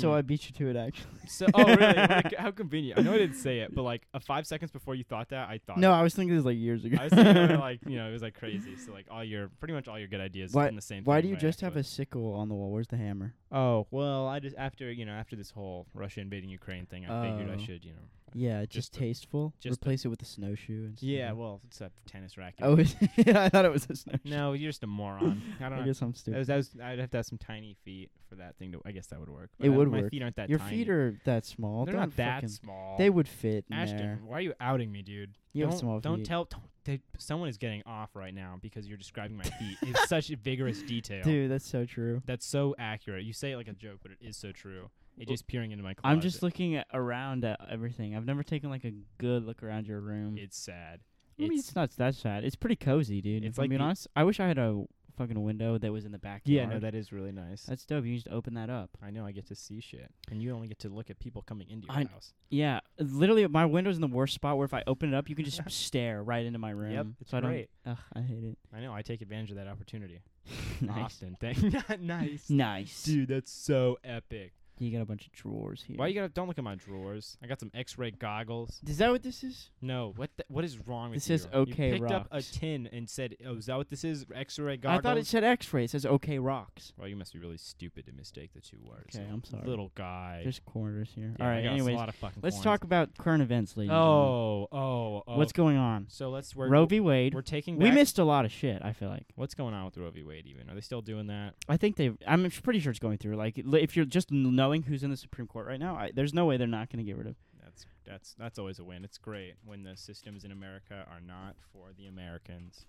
S2: So I beat you to it actually.
S1: So oh really? Like, how convenient. I know I didn't say it, but like uh, five seconds before you thought that, I thought.
S2: No,
S1: it.
S2: I was thinking this like years ago.
S1: I was thinking
S2: *laughs*
S1: about, like you know it was like crazy. So like all your pretty much all your good ideas
S2: Why-
S1: in the same.
S2: Why
S1: thing
S2: do you
S1: way,
S2: just have
S1: actually.
S2: a sickle on the wall? Where's the hammer?
S1: Oh well, I just after you know after this whole Russia invading Ukraine thing, I figured I
S2: Oh.
S1: should you know.
S2: Yeah, just,
S1: Just the-
S2: tasteful.
S1: just the-
S2: Replace it with a snowshoe and stuff
S1: Yeah,
S2: like-
S1: well, it's a tennis racket.
S2: Oh, *laughs* yeah, I thought it was a snowshoe.
S1: no, you're just a
S2: *laughs*
S1: moron. I
S2: I,
S1: don't know.
S2: guess I'm
S1: That
S2: stupid.
S1: was, that was, I'd have to have some tiny feet for that thing to. I guess that would work.
S2: It
S1: I-
S2: would
S1: my
S2: work.
S1: feet aren't that.
S2: Your
S1: tiny.
S2: feet are that small.
S1: They're
S2: Don't
S1: not that
S2: fucking-
S1: small.
S2: They would fit in
S1: Ashton,
S2: there.
S1: why are you outing me, dude?
S2: You
S1: don't,
S2: have small
S1: Don't
S2: feet.
S1: tell. Don't, they, someone is getting off right now because you're describing my feet in
S2: *laughs*
S1: such vigorous detail.
S2: Dude, that's so true.
S1: That's so accurate. You say it like a joke, but it is so true. It just peering into my closet.
S2: I'm just looking at, around at everything. I've never taken like a good look around your room.
S1: It's sad.
S2: I mean,
S1: It's
S2: it's not that sad. It's pretty cozy, dude.
S1: It's
S2: If I'm
S1: like
S2: being
S1: the-
S2: honest, I wish I had a fucking window that was in the backyard.
S1: that is really nice.
S2: that's dope. You can just open that up.
S1: I know I get to see shit, and you only get to look at people coming into your
S2: I-
S1: house.
S2: Yeah, literally, my window's in the worst spot where if I open it up, you
S1: *laughs*
S2: can just stare right into my room.
S1: it's
S2: so I don't.
S1: great.
S2: Ugh, I
S1: *laughs*
S2: hate it.
S1: I know. I take advantage of that opportunity.
S2: *laughs* nice,
S1: Often, thank *laughs* nice,
S2: nice.
S1: dude. That's so epic.
S2: You got a bunch of drawers here.
S1: Why you gotta don't look at my drawers? I got some X-ray goggles.
S2: Is that what this is?
S1: No, what the, what is wrong with
S2: This
S1: you?
S2: says OK
S1: You picked up a
S2: Rocks.
S1: tin and said, "Oh, is that what this is? X-ray goggles."
S2: I thought it said X-ray. It says OK Rocks.
S1: Well, you must be really stupid to mistake the two words.
S2: Okay, I'm sorry.
S1: Little guy.
S2: There's quarters here.
S1: Yeah,
S2: All
S1: I
S2: right.
S1: got a
S2: Anyways,
S1: lot of fucking
S2: let's
S1: coins.
S2: talk about current events, ladies. and gentlemen.
S1: Oh, oh, oh.
S2: what's going on?
S1: so? Let's we're
S2: Roe v. Wade.
S1: We're taking.
S2: We
S1: back-
S2: missed a lot of shit. I feel like.
S1: What's going on with Roe v. Wade? Even are they still doing that?
S2: I think they. I'm s- pretty sure it's going through. Like, li- if you're just n- knowing who's in the Supreme Court right now, I, there's no way they're not going to get rid of.
S1: That's that's that's always a win. It's great when the systems in America are not for the Americans.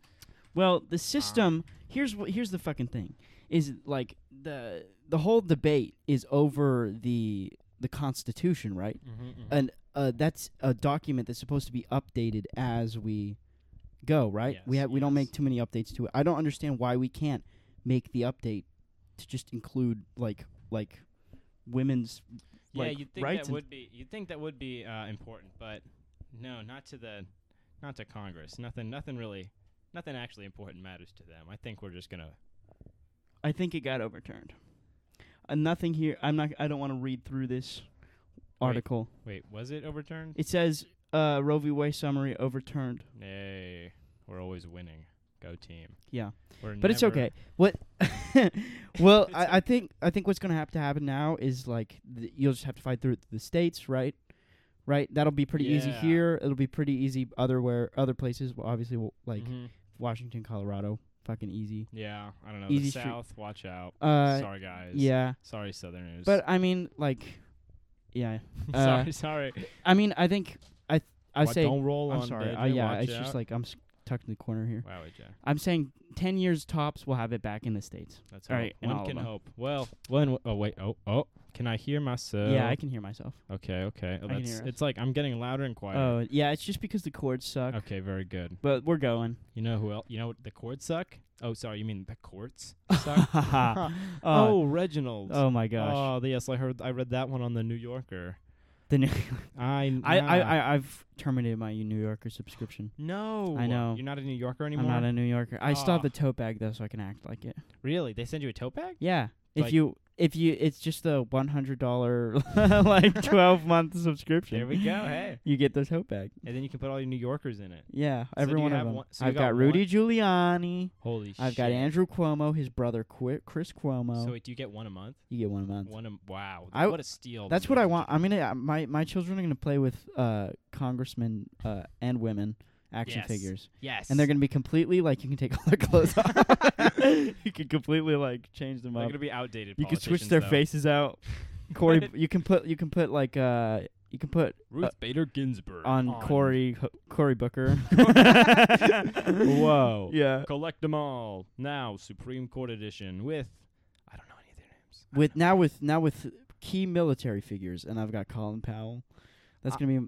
S2: Well, the system.
S1: Ah.
S2: Here's wh- here's the fucking thing. Is like the the whole debate is over the the Constitution, right? And uh, that's a document that's supposed to be updated as we go, right? we
S1: Yes,
S2: have we don't
S1: yes.
S2: make too many updates to it. I don't understand why we can't make the update to just include like like women's
S1: Yeah,
S2: like,
S1: you'd think
S2: rights
S1: that
S2: and-
S1: would be you'd think that would be uh, important, but no, not to the not to Congress. Nothing nothing really nothing actually important matters to them. I think we're just gonna
S2: I think it got overturned. Uh, nothing here. I'm not. I don't want to read through this
S1: Wait.
S2: article.
S1: wait, was it overturned?
S2: It says uh, Roe v. Wade summary overturned.
S1: Nay. We're always winning. Go team.
S2: Yeah,
S1: We're
S2: but it's okay. What? *laughs*
S1: *laughs*
S2: well, I, I think I think what's gonna have to happen now is like th- you'll just have to fight through it through the states, right? Right. That'll be pretty easy
S1: Yeah.
S2: here. It'll be pretty easy other where other places. Well, obviously, well, like
S1: Mm-hmm.
S2: Washington, Colorado, fucking easy.
S1: Yeah, I don't know.
S2: Easy
S1: The
S2: street.
S1: South, watch out.
S2: Uh,
S1: sorry guys.
S2: yeah.
S1: Sorry Southerners.
S2: But
S1: *laughs*
S2: I mean, like, yeah. uh,
S1: sorry, sorry.
S2: I mean, I think I th- I
S1: Wa-
S2: say
S1: don't roll
S2: I'm
S1: on
S2: sorry.
S1: Deirdre,
S2: Uh, yeah,
S1: watch
S2: it's just
S1: out.
S2: like I'm s- tucked in the corner here.
S1: Wow, Jack.
S2: I'm saying 10 years tops, we'll have it back in the States.
S1: That's
S2: All
S1: all
S2: right,
S1: right.
S2: and
S1: One
S2: all of
S1: can
S2: them.
S1: hope. Well, one. Oh wait. Oh oh. Can I hear myself?
S2: yeah, I can hear myself.
S1: Okay. Okay. Oh,
S2: can
S1: that's.
S2: hear us.
S1: It's like I'm getting louder and quieter.
S2: Oh, yeah, it's just because the chords suck.
S1: okay. Very good.
S2: But
S1: *laughs*
S2: we're going.
S1: You know who else? You know what the chords suck. Oh, sorry. You mean the
S2: *laughs*
S1: courts suck?
S2: Uh,
S1: oh, Reginald.
S2: oh my gosh.
S1: Oh, yes. I heard. I read that one on the New Yorker.
S2: the new
S1: I.
S2: I, I,
S1: nah.
S2: I I've terminated my New Yorker subscription.
S1: No.
S2: I know.
S1: You're not a New Yorker anymore.
S2: I'm not a New Yorker. I still have
S1: Ah.
S2: the tote bag though, so I can act like it. *laughs*
S1: really? They send you a tote bag?
S2: Yeah. If
S1: Like-
S2: you if you it's just the one hundred dollar *laughs*
S1: *laughs*
S2: like twelve month subscription.
S1: There we go. Hey,
S2: You get this hope bag.
S1: and then you can put all your New Yorkers in it.
S2: Yeah,
S1: do
S2: every
S1: you
S2: one of
S1: have
S2: them.
S1: one- so you
S2: I've
S1: got
S2: got, Rudy Giuliani.
S1: Holy shit!
S2: I've got Andrew Cuomo, his brother Qui- Chris Cuomo.
S1: So wait, do you get one a month?
S2: you get one a month.
S1: One a wow.
S2: I-
S1: what a steal.
S2: That's
S1: dude.
S2: what I want. I'm gonna uh, my my children are gonna play with uh congressmen uh and women action
S1: Yes.
S2: figures,
S1: Yes.
S2: and they're gonna be completely like you can take all their
S1: *laughs*
S2: clothes off. you can completely like change them
S1: They're
S2: up.
S1: gonna be outdated.
S2: You can switch their
S1: politicians, though.
S2: faces out.
S1: *laughs*
S2: Corey, you can put you can put like uh you can put
S1: Ruth Bader Ginsburg
S2: on,
S1: *laughs*
S2: Cory Corey Cory Booker. *laughs*
S1: *laughs* Whoa.
S2: yeah.
S1: Collect them all now. Supreme Court edition with I don't know any of their names. I
S2: With
S1: don't know.
S2: now with now with key military figures, and I've got Colin Powell. That's
S1: I- *laughs*
S2: gonna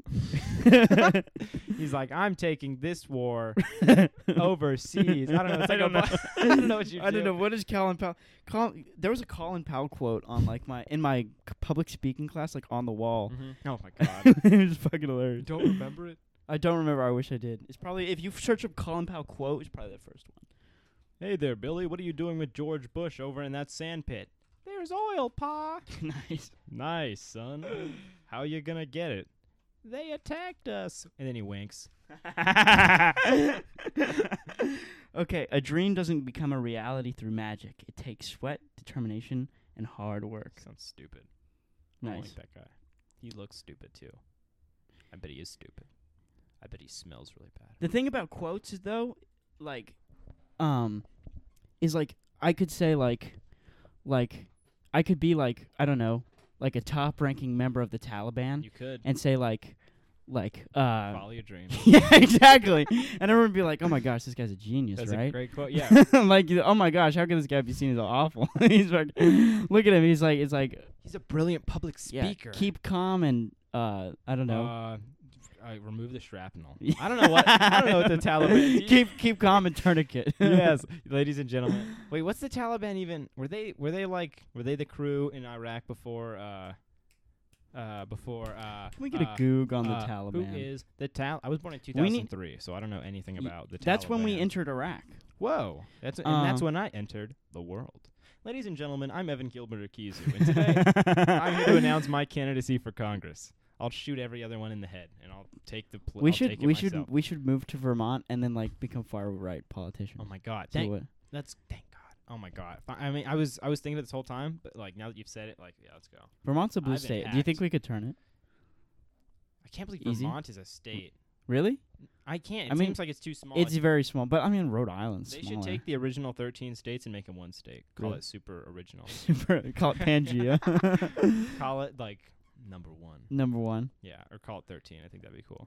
S1: he's like I'm taking this *laughs* war
S2: be
S1: Oh, overseas. I don't know. It's like
S2: I
S1: a
S2: don't
S1: bu- *laughs* I don't know what you
S2: I don't
S1: do.
S2: know what is Colin Powell. Colin, there was a Colin Powell quote on like my in my c- public speaking class, like on the wall.
S1: Mhm. Oh *laughs* my
S2: *laughs*
S1: god.
S2: it was fucking hilarious.
S1: don't remember it.
S2: I don't remember. I wish I did. It's probably if you search up Colin Powell quote, it's probably the first one.
S1: Hey there, Billy. What are you doing with George Bush over in that sand pit? There's oil, Pa.
S2: nice.
S1: Nice,
S2: *gasps*
S1: son. How you gonna get it? They attacked us. And then he winks. *laughs*
S2: okay, a dream doesn't become a reality through magic. It takes sweat, determination, and hard work.
S1: Sounds stupid. I don't
S2: Nice.
S1: like that guy. He looks stupid too. I bet he is stupid. I bet he smells really bad.
S2: The thing about quotes is though, like, um, is like I could say like, like, I could be like I don't know, like a top-ranking member of the Taliban
S1: You could
S2: Mm. and say like, like, uh, *laughs*
S1: follow your dreams.
S2: yeah, exactly. And everyone would be like, oh my gosh, this guy's a genius,
S1: That's a
S2: right?
S1: great quote.
S2: *laughs*
S1: Yeah,
S2: like, oh my gosh, how could this guy be seen as awful? *laughs* he's like, look at him. He's like, it's like,
S1: he's a brilliant public
S2: yeah, keep calm and uh, I don't know.
S1: Uh, I remove the
S2: *laughs*
S1: shrapnel. I don't know what I don't know what the Taliban.
S2: keep keep calm and tourniquet.
S1: yes, ladies and gentlemen. Wait, what's the Taliban even? Were they were they like were they the crew in Iraq before uh uh before uh
S2: Can we get a
S1: uh,
S2: goog on the
S1: uh,
S2: Taliban?
S1: Who is the Tal I was born in
S2: We need-
S1: 2003, so I don't know anything
S2: Y-
S1: about the Taliban.
S2: That's when we entered Iraq.
S1: Whoa. That's and
S2: Uh,
S1: that's when I entered the world. Ladies and gentlemen, I'm Evan Gilbert Akizu, and
S2: *laughs*
S1: today I'm here to announce my candidacy for Congress. I'll shoot every other one in the head, and I'll take the. Pl-
S2: we
S1: I'll
S2: should
S1: take it
S2: we should
S1: myself.
S2: we should move to Vermont and then like become far right politicians.
S1: Oh my God!
S2: See
S1: Thank
S2: what-
S1: That's thank God. Oh my God. Fi- I mean, I was I was thinking of this whole time, but like now that you've said it, like yeah, let's go.
S2: Vermont's a blue
S1: I've been
S2: state. Do you think
S1: hacked.
S2: we could turn it?
S1: I can't believe
S2: Easy.
S1: Vermont is a state.
S2: Really?
S1: I can't. It
S2: I mean,
S1: seems like it's too small.
S2: It's
S1: Like,
S2: very small, but I mean Rhode Island's
S1: they
S2: smaller.
S1: should take the original 13 states and make them one state. Call
S2: Really?
S1: it super original.
S2: *laughs* Super- call
S1: *laughs*
S2: it Pangea. *laughs*
S1: call it like number one. *laughs*
S2: Number one.
S1: Yeah, or call it 13. I think that'd be cool.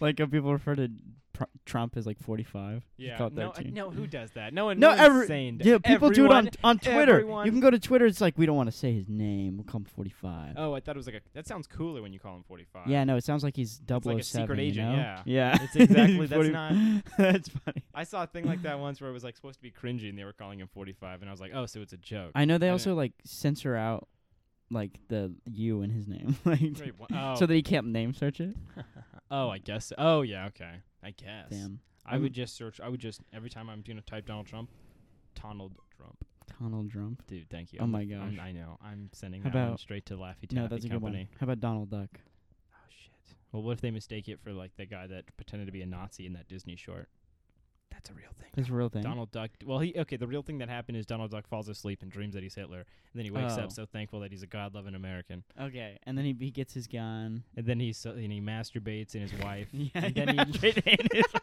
S2: like how people refer to pr- Trump as like 45. *laughs* You
S1: Yeah.
S2: call it
S1: no,
S2: 13.
S1: no, who does that? No one.
S2: No,
S1: No, no
S2: every-
S1: insane.
S2: yeah, people do it on
S1: Everyone-
S2: on Twitter.
S1: everyone-
S2: You can go to Twitter. It's like we don't want to say his name. We'll call him 45.
S1: Oh, I thought it was like a. That sounds cooler when you call him 45.
S2: Yeah, no, it sounds like he's 007.
S1: like a secret
S2: you
S1: agent,
S2: know?
S1: yeah.
S2: *laughs* yeah.
S1: It's exactly- that's
S2: 40
S1: not-
S2: *laughs* that's funny.
S1: I saw a thing like
S2: *laughs*
S1: that once where it was like supposed to be cringy and they were calling him 45, and I was like, oh, so it's a joke.
S2: I know they
S1: I
S2: also like censor out like the U in his name, *laughs* like
S1: Wait, wha- oh.
S2: so that he can't name search it.
S1: oh, I guess. so. Oh, yeah. Okay. I guess.
S2: Damn,
S1: I would just search. I would just every time I'm gonna type Donald Trump, Donald Trump.
S2: Donald Trump.
S1: Dude, thank you.
S2: Oh
S1: I'm-
S2: my
S1: I'm-
S2: gosh.
S1: i know. I'm sending
S2: How
S1: that one
S2: about-
S1: straight to Laffy Taffy
S2: No, that's a good
S1: Company.
S2: one. How about Donald Duck?
S1: Oh shit. Well, what if they mistake it for like the guy that pretended to be a Nazi in that Disney short? That's a real thing.
S2: That's a real thing.
S1: Donald Duck. Well, he okay. The real thing that happened is Donald Duck falls asleep and dreams that he's Hitler, and then he wakes
S2: Oh.
S1: up so thankful that he's a God-loving American,
S2: Okay, and then he, he gets his gun.
S1: and then he so, and he masturbates in his wife.
S2: *laughs* Yeah,
S1: and
S2: he
S1: then *laughs*
S2: masturbated *laughs*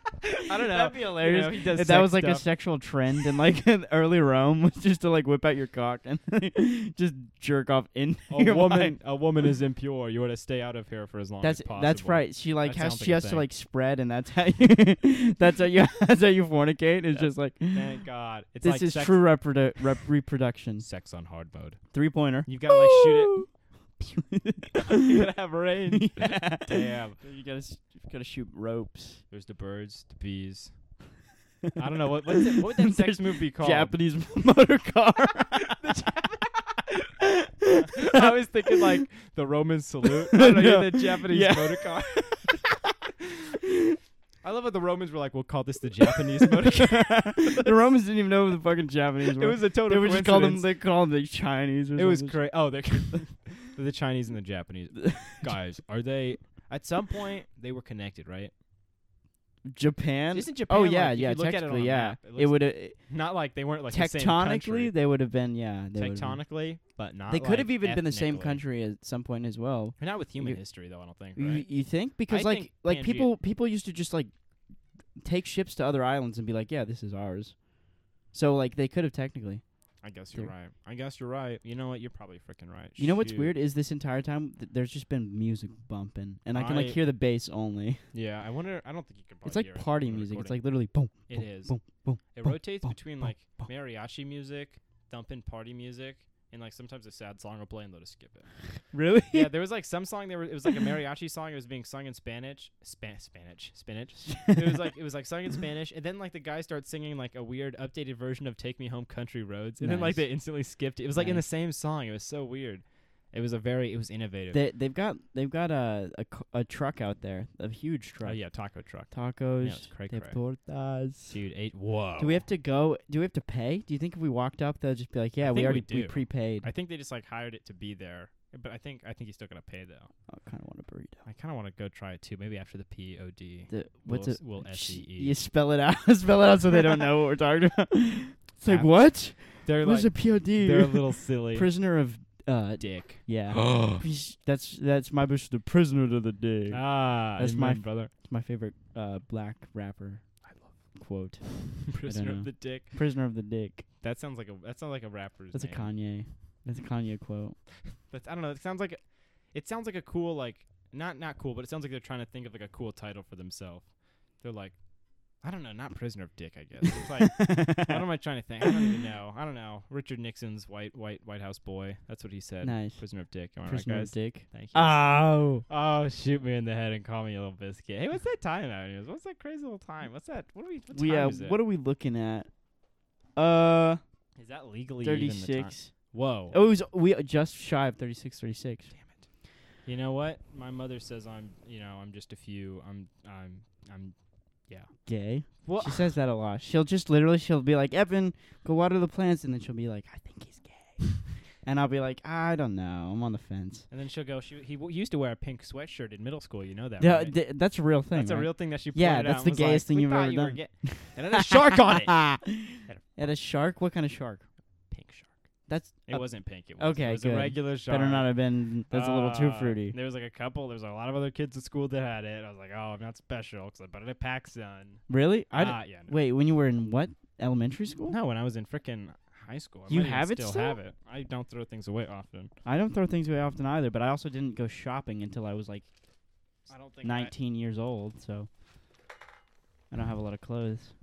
S1: I don't know.
S2: That'd be hilarious.
S1: he does
S2: if that was
S1: sex
S2: like a
S1: stuff.
S2: *laughs* sexual trend in like *laughs* in early Rome, was just to like whip out your cock and *laughs* just jerk off in
S1: a
S2: *laughs* your
S1: woman,
S2: wife.
S1: a woman is impure. You ought to stay out of here for as long
S2: That's
S1: as possible.
S2: that's right. She like
S1: That
S2: has
S1: sounds
S2: she
S1: like a
S2: has to
S1: thing.
S2: like spread, and that's how you *laughs* that's how you that's how you fornicate. It's just like
S1: Thank God. It's
S2: this
S1: like
S2: is
S1: sex,
S2: true reprodu- rep-
S1: *laughs*
S2: reproduction.
S1: Sex on hard mode.
S2: Three *laughs* pointer.
S1: You've got to like shoot
S2: *laughs*
S1: it. you
S2: it.
S1: gotta have range. *laughs* Damn.
S2: You gotta s- you gotta shoot *laughs* ropes.
S1: There's the birds, the
S2: *laughs*
S1: bees. I don't know what what's it, what would that sex movie be called?
S2: Japanese *laughs* motor
S1: *laughs*
S2: car. *laughs*
S1: I was thinking like *laughs*
S2: *laughs*
S1: the Roman salute. I don't know, you know,
S2: No.
S1: the Japanese
S2: Yeah.
S1: motor car. I love how the Romans were like, we'll call this the
S2: *laughs*
S1: Japanese motorcade.
S2: the Romans didn't even know the fucking Japanese
S1: it
S2: were.
S1: was a total.
S2: they would just call them.
S1: coincidence.
S2: They call them the Chinese. Or
S1: It was
S2: something.
S1: crazy. Oh, they're *laughs* the Chinese and the Japanese *laughs* guys. Are they? At some point, they were connected, right?
S2: *laughs* Japan.
S1: Isn't Japan?
S2: Oh
S1: like,
S2: yeah,
S1: if
S2: yeah.
S1: you look at it on
S2: Technically,
S1: a
S2: yeah.
S1: map,
S2: It
S1: looks-
S2: would uh,
S1: not like they weren't like
S2: tectonically
S1: the same country.
S2: they would have been yeah. They would've been-
S1: tectonically, but not.
S2: They could have
S1: like,
S2: even been the same
S1: ethnically.
S2: country at some point as well.
S1: Not with human
S2: You-
S1: history, though. I don't think.
S2: You-
S1: Right?
S2: You, think because
S1: I
S2: like
S1: think
S2: like
S1: Pangea-
S2: people people used to just like take ships to other islands and be like, yeah, this is ours. So like they could have technically.
S1: I guess you're
S2: Dude.
S1: right. I guess you're right. You know what? You're probably freaking right.
S2: You know what's
S1: Shoot.
S2: weird is this entire time th- there's just been music bumping and I can like
S1: I-
S2: hear the bass only.
S1: Yeah, I wonder. I don't think you can. Probably
S2: It's like
S1: hear it
S2: party
S1: on the
S2: music. It's
S1: recording.
S2: like literally boom.
S1: It
S2: boom,
S1: is.
S2: Boom, boom.
S1: it
S2: boom,
S1: rotates
S2: boom,
S1: between
S2: boom,
S1: like
S2: boom.
S1: mariachi music, thumping party music, and like sometimes a sad song will play and they'll just skip it.
S2: Really? *laughs*
S1: yeah, there was like some song there. It was like a mariachi song. It was being sung in Spanish, Span- Spanish, spinach. It was like it was like sung in Spanish, and then like the guy starts singing like a weird updated version of "Take Me Home, Country Roads," and then like
S2: Nice.
S1: they instantly skipped it. It was like in the
S2: Nice.
S1: same song. It was so weird. It was a very it was innovative.
S2: they they've got they've got a a, c- a truck out there, a huge
S1: oh
S2: truck.
S1: yeah, taco truck,
S2: Tacos,
S1: Yeah, it's cray
S2: de
S1: cray. oh.
S2: tortas.
S1: dude. Eight. Whoa.
S2: Do we have to go? Do we have to pay? Do you think if we walked up, they'll just be like, "Yeah,
S1: think
S2: we
S1: we
S2: already we,
S1: do.
S2: prepaid." I
S1: I think they just like hired it to be there, but I think I think he's still gonna pay though.
S2: kind of Oh, want a burrito.
S1: I kind of want to go try it too. Maybe after the pod.
S2: The, what's
S1: we'll,
S2: it?
S1: We'll E
S2: Sh-
S1: SEE.
S2: You spell it out. *laughs* spell it out so they don't know what we're talking about. *laughs* It's like
S1: App-
S2: what?
S1: They're
S2: What's
S1: like
S2: a POD?
S1: they're a
S2: *laughs*
S1: little silly.
S2: prisoner of uh. d-
S1: dick.
S2: Yeah.
S1: ah,
S2: He's- that's that's my bush. The prisoner to the day.
S1: Uh, that's
S2: my
S1: my
S2: f-
S1: Ah, brother. *laughs*
S2: It's my favorite uh black rapper. I love quote.
S1: Prisoner
S2: know.
S1: of the dick.
S2: Prisoner of the dick.
S1: That sounds like a that sounds like a rapper's.
S2: That's a
S1: name.
S2: Kanye. That's a Kanye quote.
S1: That's, I don't know. It sounds like a- it sounds like a cool like not not cool, but it sounds like they're trying to think of like a cool title for themselves. They're like, I don't know, not prisoner of dick. I guess it's
S2: *laughs*
S1: like. What am I trying to think? I don't even know. I don't know. Richard Nixon's white, white, White House boy. That's what he said.
S2: nice.
S1: Prisoner of dick. Am I
S2: Prisoner
S1: right,
S2: of
S1: guys?
S2: dick.
S1: Thank you.
S2: Oh.
S1: oh, shoot me in the head and call me a little biscuit. Hey, what's that time out here? What's that crazy little time? What's that? What are we? What time
S2: we, uh,
S1: is it?
S2: What are we looking at? Uh,
S1: Is that legally even the time?
S2: 36.
S1: Whoa.
S2: Oh, it was, we are just shy of 36, 36.
S1: Damn it. You know what? My mother says I'm, you know, I'm just a few. I'm, I'm, I'm.
S2: Gay.
S1: Well,
S2: *sighs* She says that a lot. She'll just literally, she'll be like, Evan, go water the plants. And then she'll be like, I think he's *laughs* gay. and I'll be like, I don't know. I'm on the fence.
S1: and then she'll go. She he w- used to wear a pink sweatshirt in middle school. You know that?
S2: Yeah,
S1: right?
S2: th- that's a real thing.
S1: that's a
S2: right?
S1: real thing that she.
S2: Yeah,
S1: pointed
S2: that's
S1: out and
S2: the
S1: was like,
S2: gayest thing
S1: "We
S2: you've
S1: thought
S2: ever
S1: you were
S2: done."
S1: gay." And it had a shark
S2: *laughs*
S1: on it.
S2: it. At a shark? What kind of shark?
S1: Pink shark.
S2: That's
S1: It
S2: uh,
S1: wasn't pink. It was.
S2: okay,
S1: It was
S2: good.
S1: a regular shark.
S2: better not have been. That's a little too
S1: Uh,
S2: fruity.
S1: There was like a couple. There was a lot of other kids at school that had it. I was like, oh, I'm not special because I bought it at PacSun.
S2: Really? I d-
S1: Ah, yeah. No.
S2: Wait, when you were in what? Elementary school?
S1: No, when I was in frickin' high school, I
S2: You
S1: might even
S2: have it
S1: still
S2: still?
S1: have it. I don't throw things away often.
S2: I don't throw things away often either, but I also didn't go shopping until I was like
S1: I don't think.
S2: 19 years old, so I don't have a lot of clothes.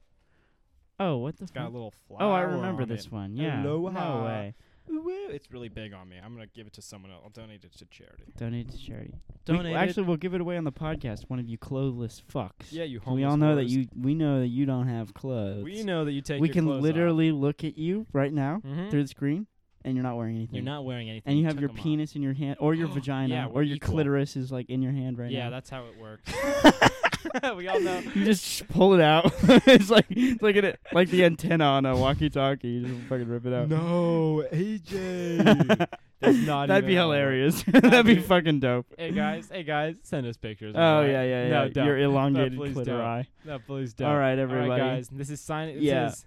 S2: Oh, what the
S1: it's got a
S2: fuck?
S1: little flower.
S2: Oh, I remember
S1: on
S2: this
S1: It.
S2: one. Yeah.
S1: Aloha.
S2: No way.
S1: Woo, It's really big on me. I'm gonna give it to someone else. I'll donate it to charity.
S2: Donate to charity. We-
S1: Donate it.
S2: actually, we'll give it away on the podcast. One of you clothless fucks.
S1: Yeah, you homeless.
S2: We all know that
S1: whores.
S2: you. We know that you don't have clothes.
S1: We know that you take.
S2: We
S1: your
S2: can
S1: clothes
S2: literally look at you right now
S1: Off. Mhm.
S2: through the screen, and you're not wearing anything.
S1: You're not wearing anything.
S2: And you have
S1: took
S2: your
S1: 'em off.
S2: penis in your hand,
S1: *gasps*
S2: or your
S1: Yeah,
S2: vagina,
S1: we're
S2: or your
S1: equal.
S2: clitoris is like in your hand right
S1: yeah,
S2: now.
S1: that's how it works.
S2: *laughs*
S1: *laughs* we all know.
S2: You just sh- pull it out. *laughs* it's like it's like an, like the antenna on a walkie-talkie. You just fucking rip it out. *laughs*
S1: No, AJ. *laughs* That's not.
S2: That'd
S1: even
S2: be
S1: how it works.
S2: hilarious. *laughs* That'd be
S1: That'd be-
S2: fucking dope.
S1: Hey guys, hey guys, send us pictures.
S2: Oh
S1: alright?
S2: yeah, yeah, yeah.
S1: No, don't. *laughs*
S2: Your elongated
S1: please
S2: clitori.
S1: don't. No, please don't.
S2: All right,
S1: All right,
S2: everybody.
S1: guys, this is signing. This
S2: Yeah.
S1: is